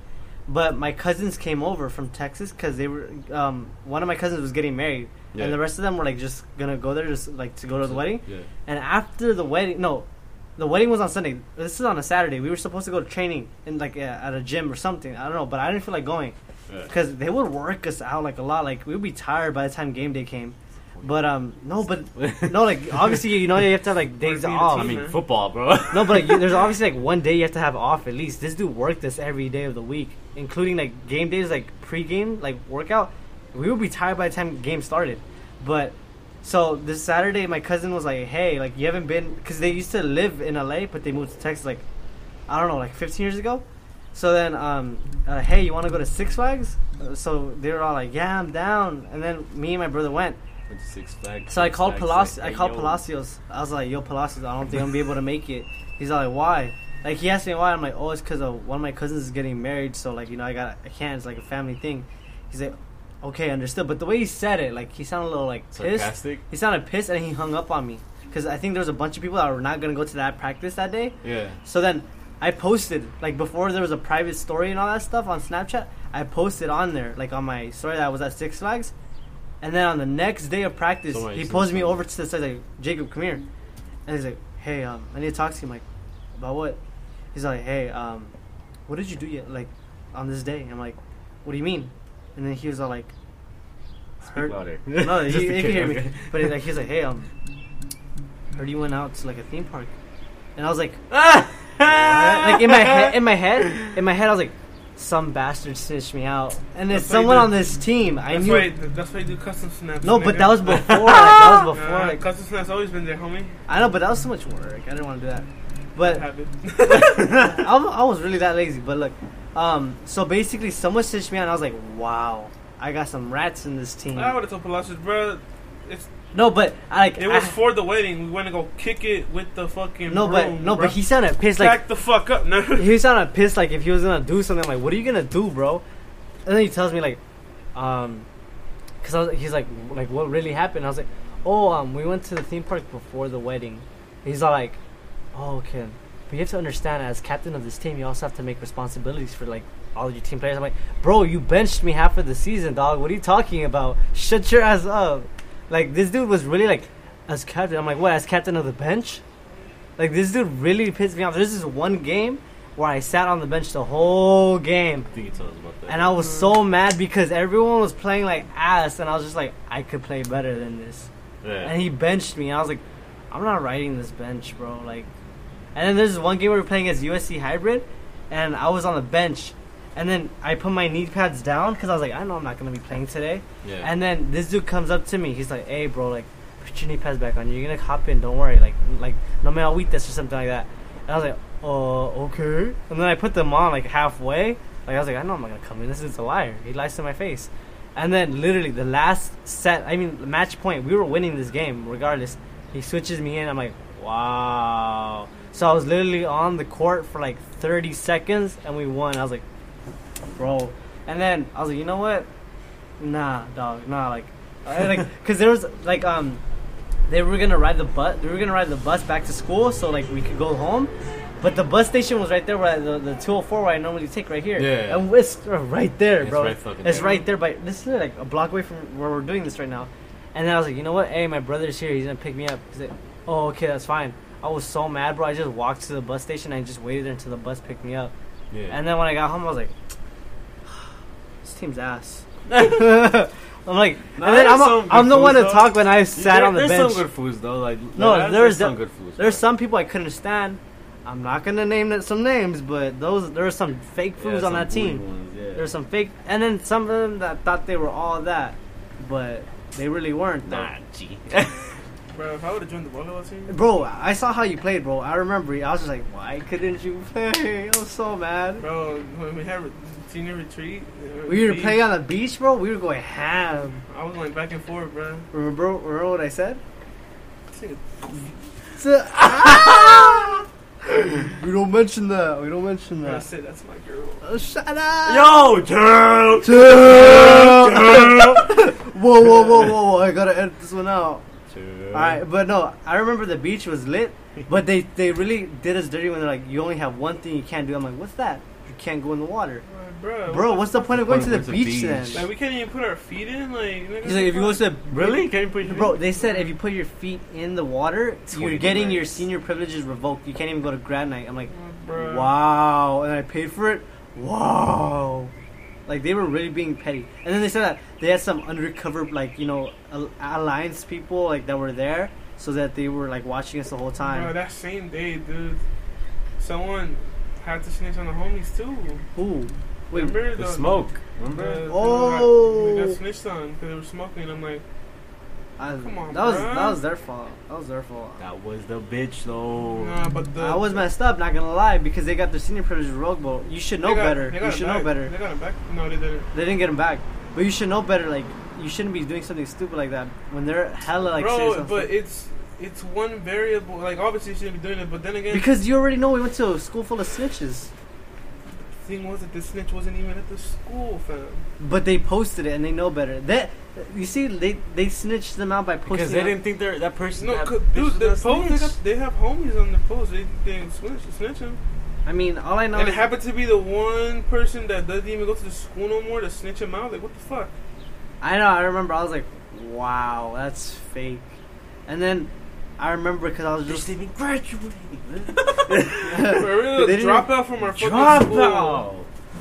Speaker 2: but my cousins came over from Texas because they were um, one of my cousins was getting married,
Speaker 4: Yeah.
Speaker 2: and the rest of them were like just gonna go there just like to go to the wedding.
Speaker 4: Yeah.
Speaker 2: And after the wedding, no, the wedding was on Sunday. This is on a Saturday. We were supposed to go to training in like uh, at a gym or something. I don't know, but I didn't feel like going
Speaker 4: Yeah.
Speaker 2: because they would work us out like a lot. Like we'd be tired by the time game day came. But um, no, but no, like obviously you know you have to have like days
Speaker 5: Work me a
Speaker 2: off.
Speaker 5: team,
Speaker 4: Oh, I mean,
Speaker 5: man.
Speaker 4: football, bro.
Speaker 2: No, but like, you- there's obviously like one day you have to have off at least. This dude worked us every day of the week, including like game days, like pre-game, like workout. We would be tired by the time game started. But so this Saturday, my cousin was like, "Hey, like you haven't been because they used to live in LA, but they moved to Texas like I don't know, like 15 years ago." So then, um, uh, hey, you want to go to Six Flags? Uh, So they were all like, "Yeah, I'm down." And then me and my brother went.
Speaker 4: Went to Six Flags.
Speaker 2: So I
Speaker 4: Six
Speaker 2: called
Speaker 4: Flags,
Speaker 2: Palacios.
Speaker 4: like,
Speaker 2: I
Speaker 4: hey,
Speaker 2: called
Speaker 4: yo.
Speaker 2: Palacios. I was like, "Yo, Palacios, I don't think I'm gonna be able to make it." He's like, "Why?" Like he asked me why. I'm like, "Oh, it's because of one of my cousins is getting married, so like you know I got I can't. It's like a family thing." He's like, "Okay, understood." But the way he said it, like he sounded a little like pissed.
Speaker 4: Sarcastic.
Speaker 2: He sounded pissed, and he hung up on me because I think there was a bunch of people that were not gonna go to that practice that day.
Speaker 4: Yeah.
Speaker 2: So then I posted like before there was a private story and all that stuff on Snapchat. I posted on there like on my story that I was at Six Flags, and then on the next day of practice,
Speaker 4: Somebody
Speaker 2: he
Speaker 4: said
Speaker 2: pulls me
Speaker 4: something.
Speaker 2: over to the side like Jacob, come here, and he's like, hey, um, I need to talk to you, I'm like, about what? He's like, hey, um, what did you do yet like on this day? I'm like, what do you mean? And then he was all like,
Speaker 4: Speak
Speaker 2: hurt.
Speaker 4: louder.
Speaker 2: No,
Speaker 4: Just
Speaker 2: he,
Speaker 4: a
Speaker 2: he
Speaker 4: kid,
Speaker 2: can hear me.
Speaker 4: okay.
Speaker 2: But he, like, he's like, hey, um, heard you went out to like a theme park, and I was like, ah! like in my head, in my head, in my head, I was like, some bastard snitched me out, and there's
Speaker 5: That's why you
Speaker 2: someone
Speaker 5: did-
Speaker 2: on this team. I
Speaker 5: That's
Speaker 2: knew.
Speaker 5: why, that's why you do custom snaps.
Speaker 2: No,
Speaker 5: nigga.
Speaker 2: but that was before. like, that was
Speaker 5: Nah,
Speaker 2: before. like,
Speaker 5: custom snaps always been there, homie.
Speaker 2: I know, but that was so much work. I didn't want to do that. But
Speaker 5: Habit.
Speaker 2: I, w- I was really that lazy, but look. Um, so basically, someone stitched me out, and I was like, wow, I got some rats in this team.
Speaker 5: I would have told Palacios, bro. It's
Speaker 2: No, but I, like,
Speaker 5: Oh. it was
Speaker 2: I-
Speaker 5: for the wedding. We want to go kick it with the fucking.
Speaker 2: no, but
Speaker 5: broom,
Speaker 2: no,
Speaker 5: bro.
Speaker 2: but he sounded pissed.
Speaker 5: back
Speaker 2: Like
Speaker 5: the fuck up. No,
Speaker 2: he was sounded pissed. Like if he was gonna do something, I'm like, what are you gonna do, bro? And then he tells me like, um, cause I was, he's like, like what really happened? I was like, oh, um, we went to the theme park before the wedding. He's all like, oh, okay. But you have to understand, as captain of this team, you also have to make responsibilities for like all your team players. I'm like, bro, you benched me half of the season, dog. What are you talking about? Shut your ass up. Like this dude was really like, as captain. I'm like, what? As captain of the bench? Like this dude really pissed me off. There's this one game where I sat on the bench the whole game,
Speaker 4: I think you told us about that.
Speaker 2: and I was so mad because everyone was playing like ass, and I was just like, I could play better than this.
Speaker 4: yeah.
Speaker 2: And he benched me. And I was like, I'm not riding this bench, bro. Like, and then there's this one game we were playing as USC hybrid, and I was on the bench, and then I put my knee pads down because I was like, I know I'm not gonna be playing today.
Speaker 4: yeah.
Speaker 2: And then this dude comes up to me. He's like, "Hey, bro, like, put your knee pads back on. You're gonna hop in. Don't worry. Like, like, no me this or something like that." And I was like, "Uh, okay." And then I put them on like halfway. Like I was like, "I know I'm not gonna come in. This is a liar. He lies to my face." And then literally the last set, I mean, match point, we were winning this game regardless. He switches me in. I'm like, "Wow." So I was literally on the court for like 30 seconds, and we won. I was like, "Bro." And then I was like, "You know what?" Nah, dog, nah, like, I, like, cause there was like, um, they were gonna ride the bus. They were gonna ride the bus back to school, so like we could go home. But the bus station was right there, where the, the 204 where I normally take right here.
Speaker 4: Yeah.
Speaker 2: and it's uh, right there,
Speaker 4: It's
Speaker 2: bro.
Speaker 4: right fucking
Speaker 2: it's
Speaker 4: there.
Speaker 2: right there, but this is like a block away from where we're doing this right now. And then I was like, you know what? Hey, my brother's here. He's gonna pick me up. He's like, oh, okay, that's fine. I was so mad, bro. I just walked to the bus station. and just waited there until the bus picked me up.
Speaker 4: yeah.
Speaker 2: And then when I got home, I was like, this team's ass. I'm like,
Speaker 4: Nah,
Speaker 2: and then
Speaker 4: there's
Speaker 2: I'm,
Speaker 4: some
Speaker 2: a,
Speaker 4: good
Speaker 2: I'm the one to
Speaker 4: foods, though.
Speaker 2: talk when I sat
Speaker 4: There-
Speaker 2: on the
Speaker 4: there's
Speaker 2: bench.
Speaker 4: some good foods though. Like
Speaker 2: No,
Speaker 4: like,
Speaker 2: there's
Speaker 4: some
Speaker 2: the-
Speaker 4: good foods.
Speaker 2: There's
Speaker 4: bro.
Speaker 2: some people I couldn't stand. I'm not gonna name that- some names, but those there were some fake
Speaker 4: Yeah,
Speaker 2: fools on
Speaker 4: some
Speaker 2: that
Speaker 4: bougie
Speaker 2: team.
Speaker 4: ones, yeah.
Speaker 2: There's some fake, and then some of them that thought they were all that, but they really weren't. though.
Speaker 4: nah, G.
Speaker 5: bro. If I would have joined the volleyball team,
Speaker 2: Bro, I saw how you played, bro. I remember. I was just like, why couldn't you play? I was so mad.
Speaker 5: bro, when we had re- senior retreat, uh,
Speaker 2: We were
Speaker 5: beach,
Speaker 2: playing on the beach, bro. We were going ham.
Speaker 5: I was going back and forth, bro.
Speaker 2: Remember, remember what I said?
Speaker 5: This nigga-
Speaker 2: So- we don't mention that. We don't mention
Speaker 5: bro, I
Speaker 2: that.
Speaker 5: said that's my girl.
Speaker 2: Oh, shut up.
Speaker 4: Yo, girl.
Speaker 2: whoa, whoa, whoa, whoa, whoa! I gotta edit this one out. All right, but no, I remember the beach was lit, but they they really did us dirty when they're like, you only have one thing you can't do. I'm like, what's that? You can't go in the water,
Speaker 5: Bro,
Speaker 2: bro. What's the point of going to
Speaker 4: Point
Speaker 2: the
Speaker 4: of
Speaker 2: beach
Speaker 4: the
Speaker 2: then?
Speaker 4: beach.
Speaker 5: Like we can't even put our feet in. Like nigga,
Speaker 2: He's like, if you go to the
Speaker 4: Really? Can you put your
Speaker 2: Bro, they said if you put your feet in the water, you're
Speaker 4: 20
Speaker 2: getting your
Speaker 4: degrees.
Speaker 2: senior privileges revoked. You can't even go to grad night. I'm like,
Speaker 5: Bro.
Speaker 2: wow. And I paid for it. Wow. Like, they were really being petty. And then they said that they had some undercover, like, you know, al- alliance people, like, that were there so that they were, like, watching us the whole
Speaker 5: Bro,
Speaker 2: time.
Speaker 5: that same day, dude, someone had to snitch on the homies too.
Speaker 2: Ooh. Wait,
Speaker 5: Remember
Speaker 4: The smoke. Remember?
Speaker 5: Bro,
Speaker 2: Oh.
Speaker 5: we got snitched on because they were smoking. I'm like,
Speaker 2: I,
Speaker 5: come on,
Speaker 2: that was
Speaker 5: bruh.
Speaker 2: that was their fault. That was their fault.
Speaker 4: That was the bitch though.
Speaker 5: nah, but the
Speaker 2: I was messed up, not gonna lie, because they got their senior privileges revoked. But you should
Speaker 5: they
Speaker 2: know
Speaker 5: got-
Speaker 2: better.
Speaker 5: they got
Speaker 2: You
Speaker 5: it
Speaker 2: should
Speaker 5: back.
Speaker 2: know better.
Speaker 5: They got it back. No, they didn't.
Speaker 2: They didn't get him back. But you should know better. Like, you shouldn't be doing something stupid like that when they're hella like serious.
Speaker 5: Bro,
Speaker 2: on
Speaker 5: but
Speaker 2: stuff.
Speaker 5: it's it's one variable. Like obviously you shouldn't be doing it, but then again,
Speaker 2: because you already know we went to a school full of snitches,
Speaker 5: the thing was that the snitch wasn't even at the school, fam.
Speaker 2: but they posted it and they know better. That you see, they they snitched them out by posting.
Speaker 4: Because they
Speaker 2: it.
Speaker 4: didn't think they're, that person.
Speaker 5: No,
Speaker 4: that
Speaker 5: cause,
Speaker 4: bitch
Speaker 5: dude,
Speaker 4: was
Speaker 5: the
Speaker 4: a
Speaker 5: post they,
Speaker 4: snitch.
Speaker 5: got, they have homies on the post. They they snitch, snitch him.
Speaker 2: I mean, all I know.
Speaker 5: And it
Speaker 2: is,
Speaker 5: happened to be the one person that doesn't even go to the school no more to snitch him out. Like, what the fuck?
Speaker 2: I know. I remember. I was like, wow, that's fake. And then I remember because I was
Speaker 4: Bitch
Speaker 2: just
Speaker 4: didn't even graduate.
Speaker 5: For real,
Speaker 2: They
Speaker 5: a
Speaker 2: didn't-
Speaker 5: dropout from our fucking
Speaker 4: Drop
Speaker 5: school.
Speaker 4: out.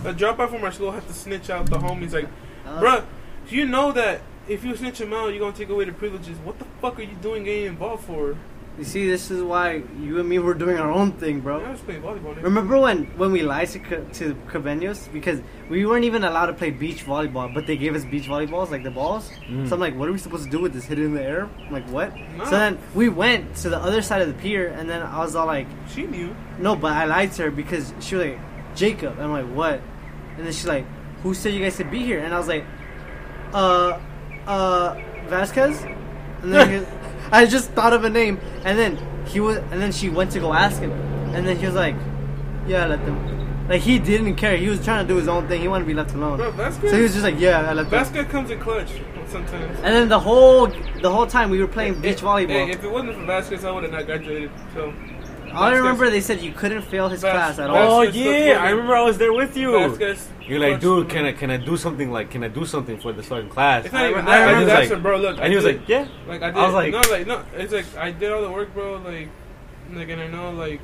Speaker 5: A dropout from our school had to snitch out the homies. Like,
Speaker 2: I was-
Speaker 5: bruh, you know that if you snitch him out, you're gonna take away the privileges. What the fuck are you doing getting involved for?
Speaker 2: You see, this is why you and me were doing our own thing, bro.
Speaker 5: I was playing volleyball. dude.
Speaker 2: Remember when, when we lied to, Ca- to Cabenos because we weren't even allowed to play beach volleyball, but they gave us beach volleyballs, like the balls. So I'm like, what are we supposed to do with this? Hit it in the air? I'm like, what?
Speaker 5: No.
Speaker 2: So then we went to the other side of the pier, and then I was all like,
Speaker 5: She knew.
Speaker 2: no, but I lied to her because she was like, Jacob. I'm like, what? And then she's like, who said you guys should be here? And I was like, uh, uh, Vasquez? And then he, I just thought of a name. And then he was, and then she went to go ask him. And then he was like, yeah, I let them. Like, he didn't care. He was trying to do his own thing. He wanted to be left alone.
Speaker 5: Bro,
Speaker 2: so
Speaker 5: Vasquez.
Speaker 2: he was just like, yeah, I let them.
Speaker 5: Vasquez comes in clutch sometimes.
Speaker 2: And then the whole, the whole time we were playing beach volleyball.
Speaker 5: Hey, if it wasn't for Vasquez, I would have not graduated. So
Speaker 2: all I
Speaker 5: Vasquez-
Speaker 2: remember they said you couldn't fail his
Speaker 5: Vas-
Speaker 2: class at
Speaker 5: Vas-
Speaker 2: all.
Speaker 4: Oh
Speaker 5: Vasquez
Speaker 4: yeah,
Speaker 5: took
Speaker 4: I remember I was there with you.
Speaker 5: Vasquez.
Speaker 4: You're like,
Speaker 5: clutch.
Speaker 4: dude, can I can I do something? Like, can I do something for this fucking class?
Speaker 5: It's not even
Speaker 4: And
Speaker 5: that. I
Speaker 4: he
Speaker 5: was
Speaker 4: was
Speaker 5: asking,
Speaker 4: like-
Speaker 5: bro. Look,
Speaker 4: and he was
Speaker 5: did-
Speaker 4: like, yeah.
Speaker 5: like I did.
Speaker 4: was like-
Speaker 5: no, like no. It's like I did all the work, bro. Like, like, and I know, like,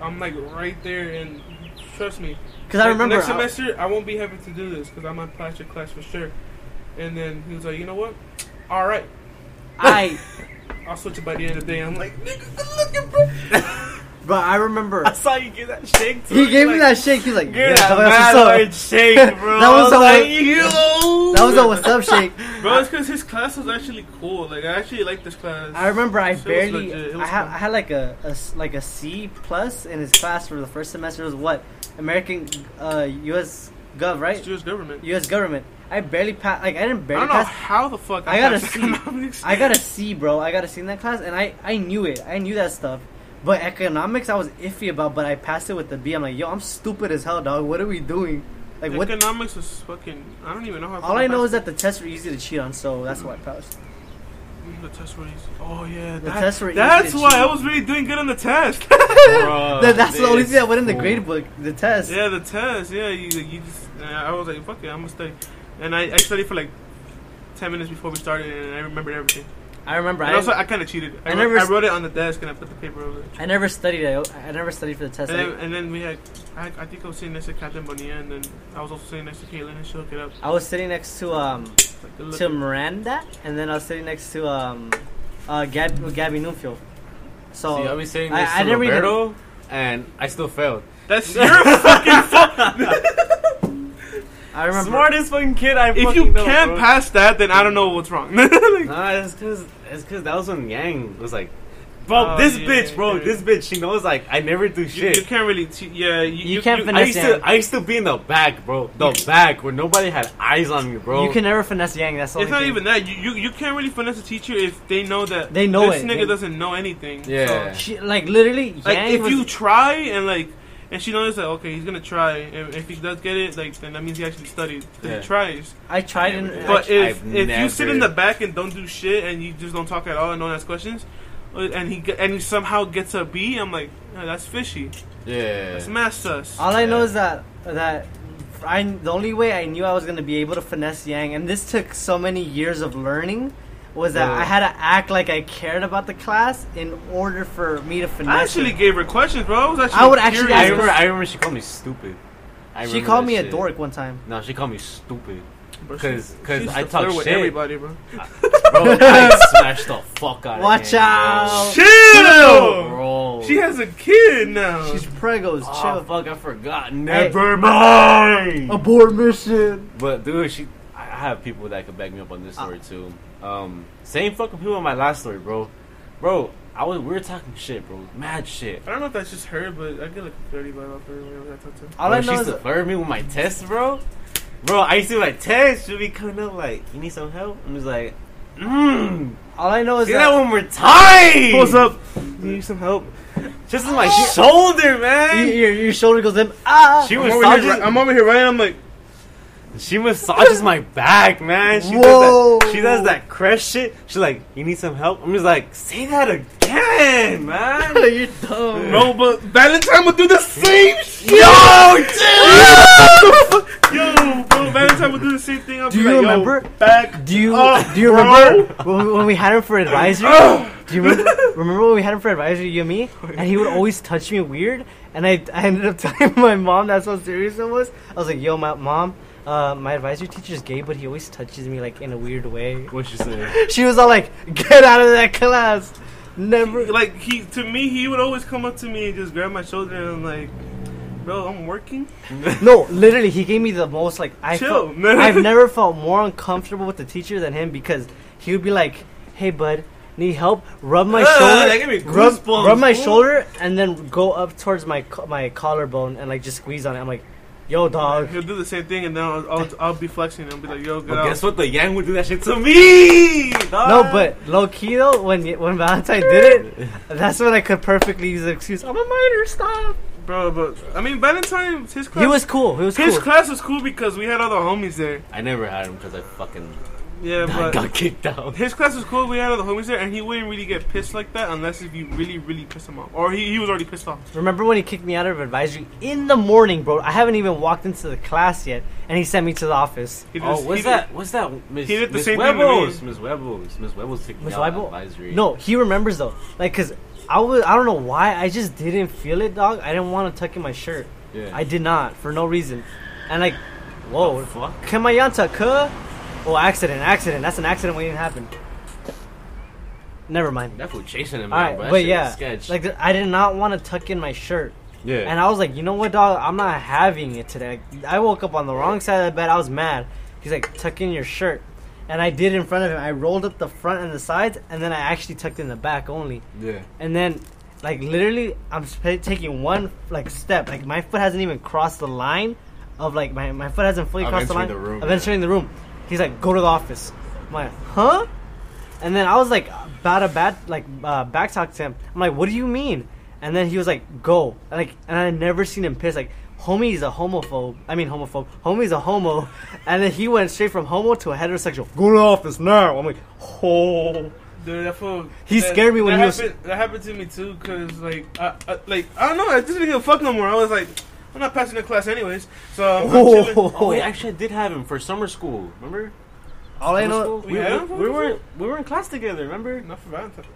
Speaker 5: I'm like right there, and trust me.
Speaker 2: Because I
Speaker 5: Like,
Speaker 2: remember.
Speaker 5: next
Speaker 2: I-
Speaker 5: semester I won't be happy to do this because I'm on plastic class for sure. And then he was like, you know what? All right,
Speaker 2: I
Speaker 5: I'll switch it by the end of the day. I'm like,
Speaker 2: But I remember
Speaker 4: I saw you give that shake. To
Speaker 2: he
Speaker 4: me,
Speaker 2: gave me
Speaker 4: like,
Speaker 2: that shake. He's like,
Speaker 4: Give me
Speaker 2: "Yeah,
Speaker 4: that
Speaker 2: that's
Speaker 4: mad large
Speaker 2: what's
Speaker 4: shake, bro.
Speaker 2: That was
Speaker 4: I
Speaker 2: the
Speaker 4: like,
Speaker 2: way-
Speaker 4: yo.
Speaker 2: up." That was a what's up shake.
Speaker 5: bro, it's because his class was actually cool. Like, I actually like this class.
Speaker 2: I remember I
Speaker 5: It was
Speaker 2: barely.
Speaker 5: legit. It
Speaker 2: I,
Speaker 5: was
Speaker 2: had,
Speaker 5: fun.
Speaker 2: I had like a, a s- like a C plus in his class for the first semester. It was what American uh, U.S. Gov right?
Speaker 5: It's Jewish government.
Speaker 2: U.S. government. I barely passed. Like I didn't
Speaker 5: I
Speaker 2: barely
Speaker 5: don't know
Speaker 2: pass.
Speaker 5: how the fuck
Speaker 2: I got a
Speaker 5: passed
Speaker 2: C.
Speaker 5: economics.
Speaker 2: I got a C, bro. I got a C in that class, and I I knew it. I knew that stuff. But economics, I was iffy about, but I passed it with the B. I'm like, yo, I'm stupid as hell, dog. What are we doing? Like, what?
Speaker 5: economics was fucking. I don't even know how.
Speaker 2: All I know is that the tests were easy to cheat on, so that's why I passed.
Speaker 5: the test were easy. Oh yeah,
Speaker 2: The E tests were easy
Speaker 5: That's
Speaker 2: to
Speaker 5: why
Speaker 2: cheat.
Speaker 5: I was really doing good on the test.
Speaker 4: Bro,
Speaker 2: Th- that's the only
Speaker 4: this
Speaker 2: thing that went in the
Speaker 4: fool.
Speaker 2: grade book, the test.
Speaker 5: Oh, yeah, the test. Yeah, you, you just. Uh, I was like, fuck it, I'm gonna study, and I, I studied for like ten minutes before we started, and I remembered everything.
Speaker 2: I remember.
Speaker 5: And
Speaker 2: I,
Speaker 5: also, I kind of cheated. I,
Speaker 2: I
Speaker 5: wrote,
Speaker 2: never
Speaker 5: I
Speaker 2: s-
Speaker 5: wrote it on the desk, and I put the paper over it.
Speaker 2: I never studied. I, I never studied for the test.
Speaker 5: And then,
Speaker 2: I,
Speaker 5: and then we had, I, I think I was sitting next to Captain Bonilla, and then I was also sitting next to Caitlin, and she looked it up.
Speaker 2: I was sitting next to um
Speaker 5: Like, the look-
Speaker 2: to Miranda, and then I was sitting next to um uh Gab- Gabby Newfield. So
Speaker 4: See, I was sitting
Speaker 2: I-
Speaker 4: next
Speaker 2: I
Speaker 4: to
Speaker 2: never even-
Speaker 4: Roberto, and I still failed.
Speaker 5: That's your fucking fault.
Speaker 2: I remember.
Speaker 4: Smartest fucking kid I
Speaker 5: If
Speaker 4: fucking
Speaker 5: you
Speaker 4: know,
Speaker 5: can't
Speaker 4: bro.
Speaker 5: pass that, then I don't know what's wrong. Like,
Speaker 4: Nah, it's cause it's cause that was when Yang was like, bro,
Speaker 5: Oh,
Speaker 4: this
Speaker 5: yeah,
Speaker 4: bitch, bro,
Speaker 5: yeah.
Speaker 4: this bitch. She knows like I never do
Speaker 5: you,
Speaker 4: shit.
Speaker 5: you can't really. Te- yeah, you,
Speaker 2: You can't
Speaker 4: I
Speaker 2: finesse
Speaker 4: used
Speaker 2: Yang.
Speaker 4: to I used to be in the back, bro, the back where nobody had eyes on me, bro.
Speaker 2: you can never finesse Yang. That's the only
Speaker 5: It's not
Speaker 2: thing.
Speaker 5: even that. You, you you can't really finesse a teacher if they know that
Speaker 2: They know
Speaker 5: this
Speaker 2: it.
Speaker 5: nigga
Speaker 2: They-
Speaker 5: doesn't know anything.
Speaker 4: Yeah.
Speaker 5: So,
Speaker 2: She, like literally,
Speaker 5: like
Speaker 2: Yang
Speaker 5: if
Speaker 2: was,
Speaker 5: you try and like and she knows that okay he's gonna try and if he does get it like then that means he actually studied 'cause
Speaker 4: Yeah.
Speaker 5: he tries.
Speaker 2: I tried and
Speaker 5: But
Speaker 4: I've
Speaker 5: if if you sit
Speaker 4: never-
Speaker 5: in the back and don't do shit and you just don't talk at all and don't ask questions. uh, And he get- and he somehow gets a B. I'm like, "Yeah, that's fishy.
Speaker 4: yeah.
Speaker 5: That's mad sus.
Speaker 2: All I know
Speaker 4: Yeah.
Speaker 2: is that that I the only way I knew I was gonna be able to finesse Yang, and this took so many years of learning, was that
Speaker 4: Yeah.
Speaker 2: I had to act like I cared about the class in order for me to finesse.
Speaker 5: I actually
Speaker 2: him.
Speaker 5: gave her questions, bro. I was actually.
Speaker 2: I would actually
Speaker 5: curious.
Speaker 4: I
Speaker 2: ask
Speaker 4: remember,
Speaker 2: her-
Speaker 4: I remember she called me stupid. I
Speaker 2: she
Speaker 4: remember
Speaker 2: called
Speaker 4: that
Speaker 2: me a
Speaker 4: shit.
Speaker 2: dork one time.
Speaker 4: No, she called me stupid.
Speaker 5: Bro, she-
Speaker 4: 'Cause- 'cause
Speaker 5: she used
Speaker 4: I
Speaker 5: to
Speaker 4: talk
Speaker 5: flirt with
Speaker 4: shit.
Speaker 5: everybody, bro.
Speaker 4: Bro, I smashed the fuck out
Speaker 2: Watch
Speaker 4: of him,
Speaker 2: out!
Speaker 5: Chill.
Speaker 4: Bro. bro.
Speaker 5: She has a kid now.
Speaker 2: She's pregos.
Speaker 4: Oh,
Speaker 2: Chill.
Speaker 4: fuck, I forgot. Never mind.
Speaker 2: Abort mission.
Speaker 4: But dude, she, I I have people that could back me up on this story too. Um, same fucking people on my last story, bro. Bro, I was we were talking shit, bro, mad shit.
Speaker 5: I don't know if that's just her, but I get like a 30 vibe off her whenever I talk to her.
Speaker 2: All
Speaker 4: bro,
Speaker 2: I
Speaker 4: she
Speaker 2: know
Speaker 4: used
Speaker 2: is
Speaker 4: to flirt me with my test, bro. Bro, I used to like test. She'd be coming up like, "You need some help?" I'm just like, "Mmm,
Speaker 2: all I know is
Speaker 4: do that
Speaker 2: that.
Speaker 4: one more time."
Speaker 5: Pulls up. Need some help.
Speaker 4: Just in my shoulder,
Speaker 2: y-
Speaker 4: man.
Speaker 2: Your, your shoulder goes in. Ah!
Speaker 4: She
Speaker 5: I'm over, here,
Speaker 4: massages.
Speaker 5: ri- I'm over here, right? I'm like,
Speaker 4: She massages my back, man. She
Speaker 2: Whoa.
Speaker 4: does that. She does that crush shit. She's like, "You need some help?" I'm just like, "Say that again, man."
Speaker 2: You're dumb.
Speaker 5: no, but Valentine would do the same shit.
Speaker 4: Yo, dude.
Speaker 5: Yo, bro, Valentine would do the same thing. I'd
Speaker 2: Do
Speaker 5: be
Speaker 2: you
Speaker 5: like, yo,
Speaker 2: remember?
Speaker 5: Back.
Speaker 2: Do you
Speaker 5: Oh,
Speaker 2: do you
Speaker 5: bro. Ah.
Speaker 2: remember when, when we had him for advisory? do you remember, remember when we had him for advisory, you and me? And he would always touch me weird, and I, I ended up telling my mom that's how serious it was. I was like, "Yo, my mom, uh, my advisory teacher's gay, but he always touches me like in a weird way."
Speaker 4: What you say?
Speaker 2: She was all like, "Get out of that class." Never.
Speaker 5: Like he to me, he would always come up to me and just grab my shoulder and I'm like, bro, I'm working.
Speaker 2: No, literally, he gave me the most like I
Speaker 5: Chill,
Speaker 2: felt,
Speaker 5: man.
Speaker 2: I've never felt more uncomfortable with the teacher than him because he would be like, "Hey, bud, need help? Rub my
Speaker 4: Ah,
Speaker 2: shoulder,
Speaker 4: that gave me
Speaker 2: rub,
Speaker 4: goosebumps,
Speaker 2: rub my
Speaker 4: fool.
Speaker 2: shoulder, and then go up towards my co- my collarbone and like just squeeze on it." I'm like, "Yo, dog."
Speaker 5: He'll do the same thing, and then I'll I'll, I'll be flexing and be like, yo, get
Speaker 4: But
Speaker 5: out.
Speaker 4: guess what? The Yang would do that shit to me. dog.
Speaker 2: No, but low key though, when when Valentine did it, that's when I could perfectly use the excuse. I'm a minor, stop.
Speaker 5: bro. But I mean, Valentine's his class.
Speaker 2: He was cool. He was
Speaker 5: his
Speaker 2: cool.
Speaker 5: class was cool because we had all the homies there.
Speaker 4: I never had him because I fucking
Speaker 5: Yeah,
Speaker 4: I
Speaker 5: but
Speaker 4: got kicked out.
Speaker 5: His class was cool. We had all the homies there, and he wouldn't really get pissed like that unless if you really, really pissed him off, or he, he was already pissed off.
Speaker 2: Remember when he kicked me out of advisory in the morning, bro? I haven't even walked into the class yet, and he sent me to the office.
Speaker 5: He
Speaker 4: Oh,
Speaker 5: he
Speaker 4: what's that? What's that? Miss,
Speaker 5: he did the
Speaker 4: Miss
Speaker 5: same thing to me.
Speaker 4: Webbles. Miss Webbles. Miss Webbles took me
Speaker 2: Miss
Speaker 4: out
Speaker 2: Weibel?
Speaker 4: advisory.
Speaker 2: No, he remembers though, like, cause I was I don't know why I just didn't feel it, dog. I didn't want to tuck in my shirt.
Speaker 4: Yeah.
Speaker 2: I did not for no reason, and like, whoa,
Speaker 4: The fuck?
Speaker 2: Kemayanta ka? Oh, accident, accident. That's an accident waiting to happen. Never mind.
Speaker 4: That fool chasing him.
Speaker 2: All right,
Speaker 4: bro. That
Speaker 2: but
Speaker 4: shit was
Speaker 2: yeah,
Speaker 4: sketch.
Speaker 2: like th- I did not want to tuck in my shirt.
Speaker 4: yeah.
Speaker 2: And I was like, you know what, dog? I'm not having it today. Like, I woke up on the wrong side of the bed. I was mad. He's like, tuck in your shirt. And I did in front of him. I rolled up the front and the sides, and then I actually tucked in the back only.
Speaker 4: yeah.
Speaker 2: And then, like, literally, I'm sp- taking one, like, step. Like, my foot hasn't even crossed the line of, like, my, my foot hasn't fully
Speaker 4: Of
Speaker 2: crossed the line.
Speaker 4: entering the room,
Speaker 2: of
Speaker 4: yeah.
Speaker 2: entering the room. He's like, go to the office. I'm like, huh? And then I was like, about a bad like uh, back talk to him. I'm like, what do you mean? And then he was like, go. And like, and I never seen him piss. Like, homie's a homophobe. I mean, homophobe. Homie's a homo. And then he went straight from homo to a heterosexual. Go to the office now. I'm like, oh.
Speaker 5: Dude, that fool.
Speaker 2: He
Speaker 5: that-
Speaker 2: scared me when
Speaker 5: that
Speaker 2: he was-
Speaker 5: Happened, that happened to me too, cause like, I, I, like I don't know. I just didn't give a fuck no more. I was like, I'm not passing the class anyways, so I'm, I'm chilling.
Speaker 4: Oh wait, actually, I did have him for summer school. Remember?
Speaker 2: All I
Speaker 4: Summer
Speaker 2: know,
Speaker 4: school?
Speaker 5: we
Speaker 4: we,
Speaker 5: had
Speaker 4: we-
Speaker 5: him for
Speaker 4: we
Speaker 5: summer
Speaker 4: were we were in class together. Remember?
Speaker 5: Not for Valentine's.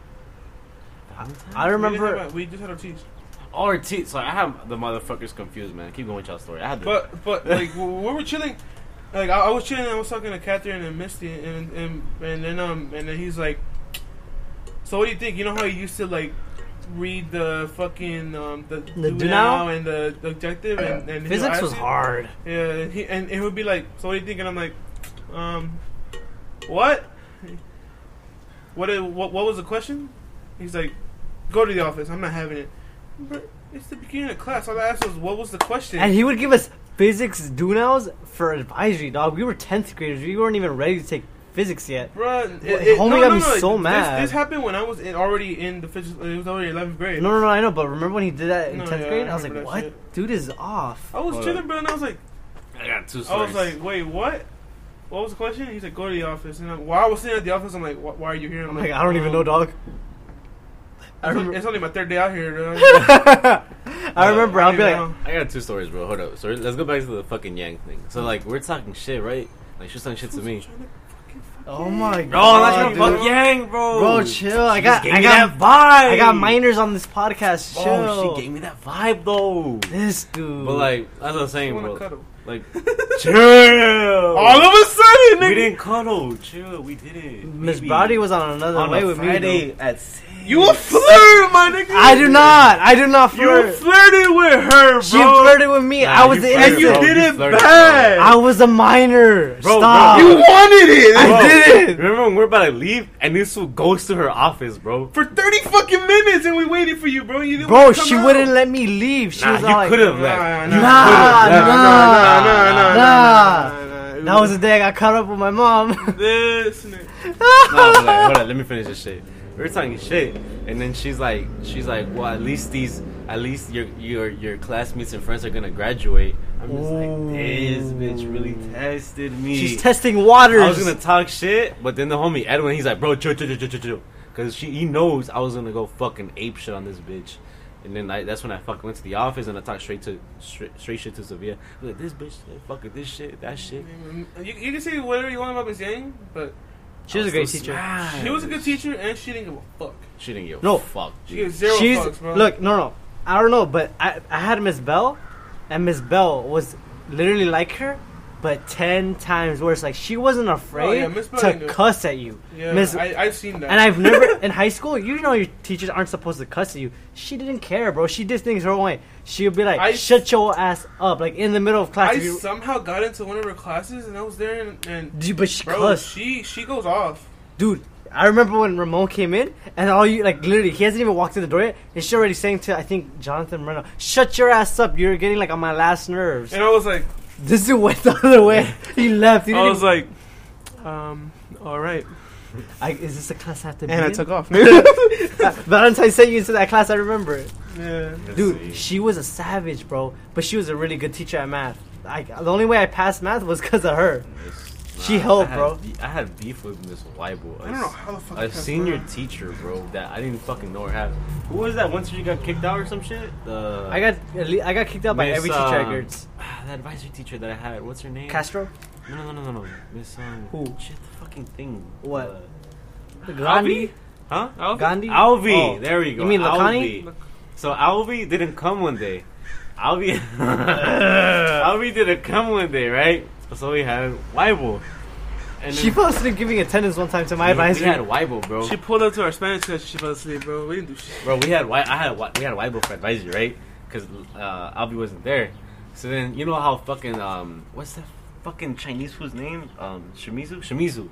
Speaker 2: I
Speaker 5: we, didn't
Speaker 2: remember.
Speaker 5: have- we just had our cheese.
Speaker 4: Or T. Sorry, I have the motherfuckers confused, man. Keep going with y'all's story. I had the
Speaker 5: But but like we we were chilling, like I, I was chilling. I was talking to Catherine and Misty, and and and then um and then he's like, so what do you think? You know how you used to like read the fucking um the,
Speaker 2: The do now?
Speaker 5: and the, the objective and, and he'll
Speaker 2: Physics
Speaker 5: ask
Speaker 2: was
Speaker 5: you?
Speaker 2: hard.
Speaker 5: Yeah, and he and it would be like, so what do you think? And I'm like, um, what? What i- what what was the question? He's like, go to the office. I'm not having it. But it's the beginning of class. All I asked was, what was the question?
Speaker 2: And he would give us physics do nows for advisory, dog. We were 10th graders. We weren't even ready to take physics yet.
Speaker 5: Bruh,
Speaker 2: Well, homie got me so
Speaker 5: this,
Speaker 2: mad.
Speaker 5: This happened when I was in, already in the physical. It was already 11th grade.
Speaker 2: No, no, no, I know, but remember when he did that in
Speaker 5: No,
Speaker 2: 10th
Speaker 5: yeah,
Speaker 2: grade?
Speaker 5: I
Speaker 2: I was like,
Speaker 5: remember that
Speaker 2: what?
Speaker 5: shit.
Speaker 2: Dude is off.
Speaker 5: I was
Speaker 4: Hold
Speaker 5: chilling,
Speaker 4: up.
Speaker 5: bro, and I was like,
Speaker 4: I got two
Speaker 5: I
Speaker 4: stories.
Speaker 5: was like, wait, what? What was the question? He's like, go to the office. And I'm, while I was sitting at the office, I'm like, wh- why are you here?
Speaker 2: I'm like, I don't even know, dog. I
Speaker 5: It's,
Speaker 2: remember,
Speaker 5: it's only my third day out here. Bro.
Speaker 2: I remember I'll be
Speaker 5: You
Speaker 2: like,
Speaker 5: know?
Speaker 4: I got two stories, bro. Hold up. So let's go back to the fucking Yang thing.
Speaker 2: Hmm.
Speaker 4: So like we're talking shit, right? Like she's talking shit to me.
Speaker 2: oh my god. dude.
Speaker 4: Bro, that's your fuck Yang, bro.
Speaker 2: Bro, chill. I
Speaker 4: She
Speaker 2: got,
Speaker 4: just gave
Speaker 2: I
Speaker 4: me
Speaker 2: got,
Speaker 4: that vibe.
Speaker 2: I got minors on this podcast. Chill.
Speaker 4: Oh, she gave me that vibe though.
Speaker 2: this dude.
Speaker 4: But like, as I was
Speaker 5: I
Speaker 4: saying,
Speaker 5: wanna
Speaker 4: bro,
Speaker 5: cuddle.
Speaker 4: like, chill.
Speaker 5: All of a sudden,
Speaker 4: we
Speaker 5: nigga,
Speaker 4: didn't cuddle. Chill, we didn't.
Speaker 2: Miss
Speaker 4: Baby.
Speaker 2: Brody was on another
Speaker 4: on
Speaker 2: way
Speaker 4: a
Speaker 2: with me.
Speaker 4: Friday
Speaker 2: though.
Speaker 4: at six.
Speaker 5: you a flirt, my nigga.
Speaker 2: I do not. I do not flirt.
Speaker 5: You flirted with her, bro.
Speaker 2: She flirted with me.
Speaker 4: Nah,
Speaker 2: I was
Speaker 4: you
Speaker 2: the
Speaker 4: flirted,
Speaker 5: and you
Speaker 2: innocent.
Speaker 4: bro.
Speaker 5: did it
Speaker 4: flirted, bro.
Speaker 5: bad.
Speaker 2: I was a minor.
Speaker 4: Bro,
Speaker 2: Stop.
Speaker 4: bro,
Speaker 5: you wanted it.
Speaker 4: Bro,
Speaker 2: did it.
Speaker 4: Remember when we're about to leave and this fool goes to her office, bro?
Speaker 5: for 30 fucking minutes and we waited for you, bro. You didn't
Speaker 2: Bro,
Speaker 5: wanna come
Speaker 2: she
Speaker 5: out.
Speaker 2: wouldn't let me leave. She
Speaker 4: nah,
Speaker 2: was
Speaker 4: you
Speaker 2: all like,
Speaker 4: could have
Speaker 5: Nah, nah,
Speaker 4: left.
Speaker 2: Nah,
Speaker 5: nah, nah, nah, nah,
Speaker 2: nah.
Speaker 5: nah, nah, nah, nah.
Speaker 2: That was the day I got caught up with my mom.
Speaker 5: this. nigga.
Speaker 4: Nah, but like, hold on, let me finish this shit. We We're talking shit, and then she's like, she's like, well, at least these, at least your your your classmates and friends are gonna graduate. I'm just like, this bitch really tested me.
Speaker 2: She's testing waters.
Speaker 4: I was gonna talk shit, but then the homie Edwin, he's like, bro, chill, chill, chill, chill, chill, chill, because she he knows I was gonna go fucking ape shit on this bitch. And then I, that's when I fucking went to the office and I talked straight to straight, straight shit to Sevilla. I was Like this bitch, said fucking this shit, that shit.
Speaker 5: You, you can say whatever you want about Miss Yang, but
Speaker 2: she was a great teacher.
Speaker 5: she was a good teacher and she didn't give a fuck.
Speaker 4: She didn't give
Speaker 2: No.
Speaker 4: no fuck.
Speaker 5: She
Speaker 4: dude.
Speaker 5: gave zero
Speaker 2: She's
Speaker 5: fucks, bro.
Speaker 2: look, no, no, I don't know, but I, I had Miss Bell, and Miss Bell was literally like her, but ten times worse. Like she wasn't afraid
Speaker 5: Oh, yeah, Miss
Speaker 2: to
Speaker 5: Bellinger.
Speaker 2: cuss at you.
Speaker 5: Yeah,
Speaker 2: Miss-
Speaker 5: I, I've seen that.
Speaker 2: And I've never in high school, you know, your teachers aren't supposed to cuss at you. She didn't care, bro. She did things her own way. She would be like,
Speaker 5: I-
Speaker 2: "Shut your ass up!" Like in the middle of class.
Speaker 5: I
Speaker 2: if you-
Speaker 5: somehow got into one of her classes, and I was there, and, and
Speaker 2: Dude, but she
Speaker 5: bro,
Speaker 2: cussed,
Speaker 5: she she goes off.
Speaker 2: dude. I remember when Ramon came in, and all you like literally, he hasn't even walked in the door yet, and she already saying to I think Jonathan Reynolds, "Shut your ass up! You're getting like on my last nerves."
Speaker 5: And I was like,
Speaker 2: This dude went the other way. He left. He
Speaker 5: I
Speaker 2: didn't
Speaker 5: was
Speaker 2: even-
Speaker 5: like, um, all right.
Speaker 2: I, is this the class I have to be
Speaker 1: And I
Speaker 2: in?
Speaker 1: took off.
Speaker 2: Valentine sent you into that class. I remember it.
Speaker 5: Yeah.
Speaker 2: Dude, she was a savage, bro. But she was a really good teacher at math. I, the only way I passed math was because of her. She helped,
Speaker 4: I had,
Speaker 2: bro.
Speaker 4: I had beef with Miss Weibo.
Speaker 5: I don't know how the fuck. I
Speaker 4: A
Speaker 5: passed
Speaker 4: senior
Speaker 5: her.
Speaker 4: teacher, bro, that I didn't fucking know her half. Who was that? Once you got kicked out or some shit. The
Speaker 2: I got I got kicked out by
Speaker 4: Miss,
Speaker 2: every teacher at
Speaker 4: um,
Speaker 2: Gertz.
Speaker 4: the advisory teacher that I had. What's her name?
Speaker 2: Castro,
Speaker 4: No, no, no, no, no. Miss um,
Speaker 2: Who?
Speaker 4: Shit, the fucking thing.
Speaker 2: What?
Speaker 4: Uh,
Speaker 2: Gandhi,
Speaker 4: Huh? Alvi.
Speaker 2: Gandhi,
Speaker 4: Alvi.
Speaker 2: Oh.
Speaker 4: There we go.
Speaker 2: You mean Lakani?
Speaker 4: Alvi. So Alvi didn't come one day. Alvi. Alvi didn't come one day, right? So we had Weibo. And
Speaker 2: She posted giving attendance one time to my
Speaker 4: we, we had
Speaker 2: advisor.
Speaker 4: Weibo, bro.
Speaker 5: She pulled up to our Spanish class. She fell asleep, bro. We didn't do shit.
Speaker 4: Bro, we had Wy- I had Wy- we had Weibo for advisory, right? Because uh, Albie wasn't there. So then you know how fucking um what's that fucking Chinese food's name? Um Shimizu. Shimizu.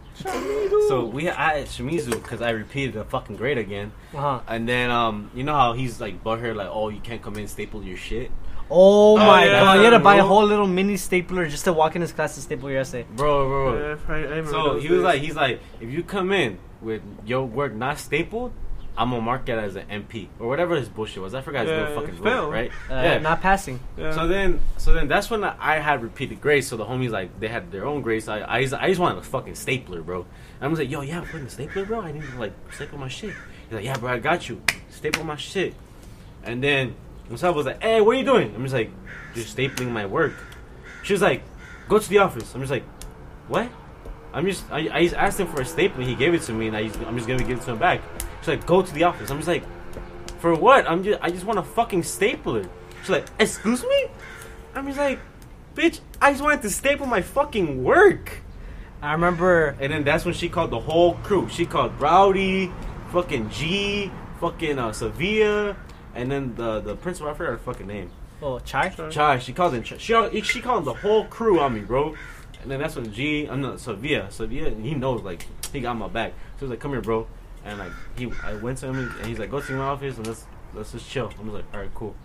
Speaker 4: So we I had Shimizu because I repeated a fucking grade again,
Speaker 2: Uh-huh.
Speaker 4: and then um you know how he's like butthurt like oh you can't come in staple your shit,
Speaker 2: Oh my
Speaker 5: yeah.
Speaker 2: god! You had to buy a
Speaker 4: Bro.
Speaker 2: whole little mini stapler just to walk in his class and staple your essay.
Speaker 4: bro bro. bro.
Speaker 5: Yeah, I, I remember
Speaker 4: So
Speaker 5: those
Speaker 4: he was
Speaker 5: days.
Speaker 4: like he's like if you come in with your work not stapled. I'm gonna mark that as an MP or whatever his bullshit was. I forgot his
Speaker 5: Yeah,
Speaker 4: little fucking
Speaker 5: fail.
Speaker 4: role, right?
Speaker 2: Uh, Not passing.
Speaker 5: yeah.
Speaker 4: So then, so then that's when I had repeated grades. So the homies like they had their own grades. I, I, just, I just wanted a fucking stapler, bro. And I was like, yo, yeah, put in the stapler, bro. I need to like staple my shit. He's like, yeah, bro, I got you. Staple my shit. And then Musab was like, hey, what are you doing? I'm just like, just stapling my work. She was like, go to the office. I'm just like, what? I'm just I, I just asked him for a staple. He gave it to me, and I just, I'm just gonna give it to him back. She's like, go to the office. I'm just like, for what? I'm just I just want a fucking stapler. She's like, excuse me? I'm just like, bitch, I just wanted to staple my fucking work.
Speaker 2: I remember
Speaker 4: And then that's when she called the whole crew. She called Rowdy, fucking G, fucking uh, Sevilla, and then the the principal. I forgot her fucking name.
Speaker 2: Oh, Chai?
Speaker 4: Chai. She called in. Chai. She al- she called the whole crew on me, bro. And then that's when G, I'm not Sevilla. Sevilla, he knows like he got my back. So he's like, come here, bro. And like he, I went to him and he's like, go to my office and let's let's just chill. I'm like, all right, cool.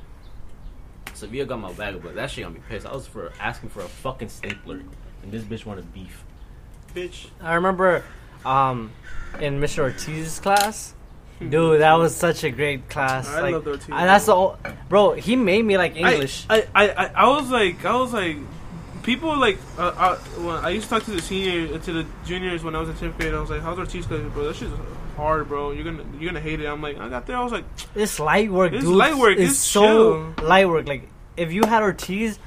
Speaker 4: Sevilla got my back, but that shit got me pissed. I was for asking for a fucking stapler, and this bitch wanted beef. Bitch.
Speaker 2: I remember um, in Mr. Ortiz's class. Dude, that was such a great class.
Speaker 5: Hmm. I
Speaker 2: like,
Speaker 5: loved Ortiz,
Speaker 2: And that's the o- bro. He made me like English.
Speaker 5: I, I, I, I was like, I was like, people like, uh, I, when I used to talk to the senior, uh, to the juniors when I was in tenth grade. I was like, "How's our teach class, bro? That shit's hard, bro. You're gonna, you're gonna hate it." I'm like, I got there. I was like,
Speaker 2: it's light work,
Speaker 5: It's
Speaker 2: dude.
Speaker 5: light work,
Speaker 2: It's,
Speaker 5: it's
Speaker 2: so light work. Like if you had Ortiz,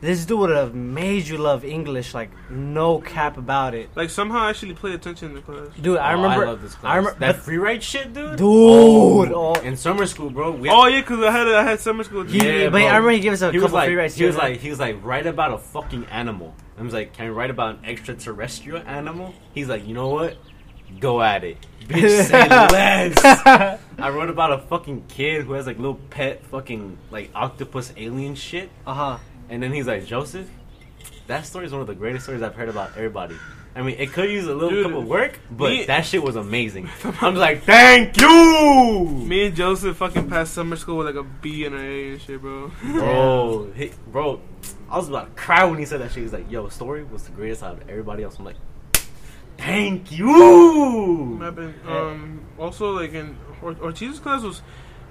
Speaker 2: this dude would have made you love English. Like no cap about it,
Speaker 5: like somehow I actually paid attention in the class.
Speaker 2: dude. I remember.
Speaker 4: Oh, I love this
Speaker 2: I
Speaker 4: class.
Speaker 2: remember
Speaker 4: that free ride shit, dude.
Speaker 2: dude. Oh,
Speaker 4: In summer school, bro. We
Speaker 5: Oh yeah, cause I had, I had summer school.
Speaker 2: He-
Speaker 5: Yeah.
Speaker 2: but I
Speaker 4: bro.
Speaker 2: remember he gave us a
Speaker 4: he was
Speaker 2: couple
Speaker 4: like,
Speaker 2: free rides
Speaker 4: He was
Speaker 2: here and
Speaker 4: like, he was like, write about a fucking animal. I was like, can we write about an extraterrestrial animal? He's like, you know what? Go at it, bitch. Say less.
Speaker 2: there.
Speaker 4: I wrote about a fucking kid who has like little pet fucking like octopus alien shit,
Speaker 2: uh huh.
Speaker 4: and then he's like, Joseph, that story is one of the greatest stories I've heard about everybody. I mean, it could use a little
Speaker 5: Dude,
Speaker 4: cup of work, but
Speaker 5: me-
Speaker 4: that shit was amazing. I'm like, thank you.
Speaker 5: Me and Joseph fucking passed summer school with like a B and an A and shit, bro.
Speaker 4: Bro, he, bro, I was about to cry when he said that shit. He's like, "Yo, story was the greatest out of everybody else." I'm like, "Thank you."
Speaker 5: Happened. Um, also like in or- Ortiz's class was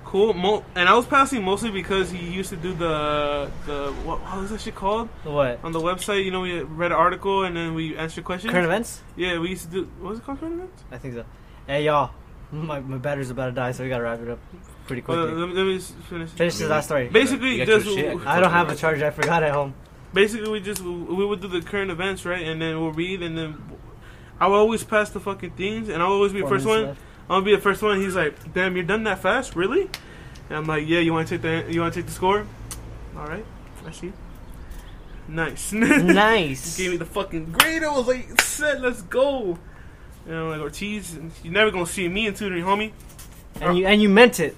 Speaker 5: cool, mo- and I was passing mostly because he used to do the the what, what was that shit called?
Speaker 2: What?
Speaker 5: on the website, you know, we read an article and then we answered questions.
Speaker 2: Current events?
Speaker 5: Yeah, we used to do. What was it called? Current events?
Speaker 2: I think so. Hey y'all, my my battery's about to die, so we gotta wrap it up pretty
Speaker 5: Oh,
Speaker 2: quickly.
Speaker 5: let, me, let me just finish.
Speaker 2: Finish this last story.
Speaker 5: Basically,
Speaker 4: You got
Speaker 5: just
Speaker 4: your shit.
Speaker 2: I don't have a charger. I forgot at home.
Speaker 5: basically we just we would do the current events, right? And then we'll read, and then I will always pass the fucking things, and I'll always be the
Speaker 2: Four
Speaker 5: first
Speaker 2: minutes
Speaker 5: one.
Speaker 2: left.
Speaker 5: I'll be the first one. He's like, "Damn, you're done that fast, really?" And I'm like, "Yeah, you want to take the you want to take the score? All right, I see." nice.
Speaker 2: nice.
Speaker 5: Gave me the fucking grade. I was like, set, let's go. And I'm like, Ortiz, you're never gonna see me in tutoring, homie.
Speaker 2: and you and you meant it.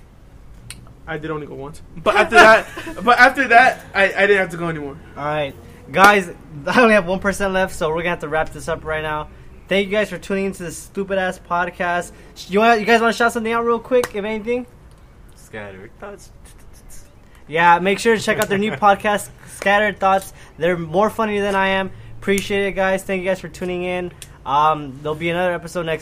Speaker 5: I did only go once, but after that, but after that, I, I didn't have to go anymore.
Speaker 2: All right, guys, I only have one percent left, so we're gonna have to wrap this up right now. Thank you guys for tuning into this stupid ass podcast. You want you guys want to shout something out real quick, if anything?
Speaker 4: Scattered thoughts.
Speaker 2: Yeah, make sure to check out their new podcast, Scattered Thoughts. They're more funny than I am. Appreciate it, guys. Thank you guys for tuning in. Um, there'll be another episode next.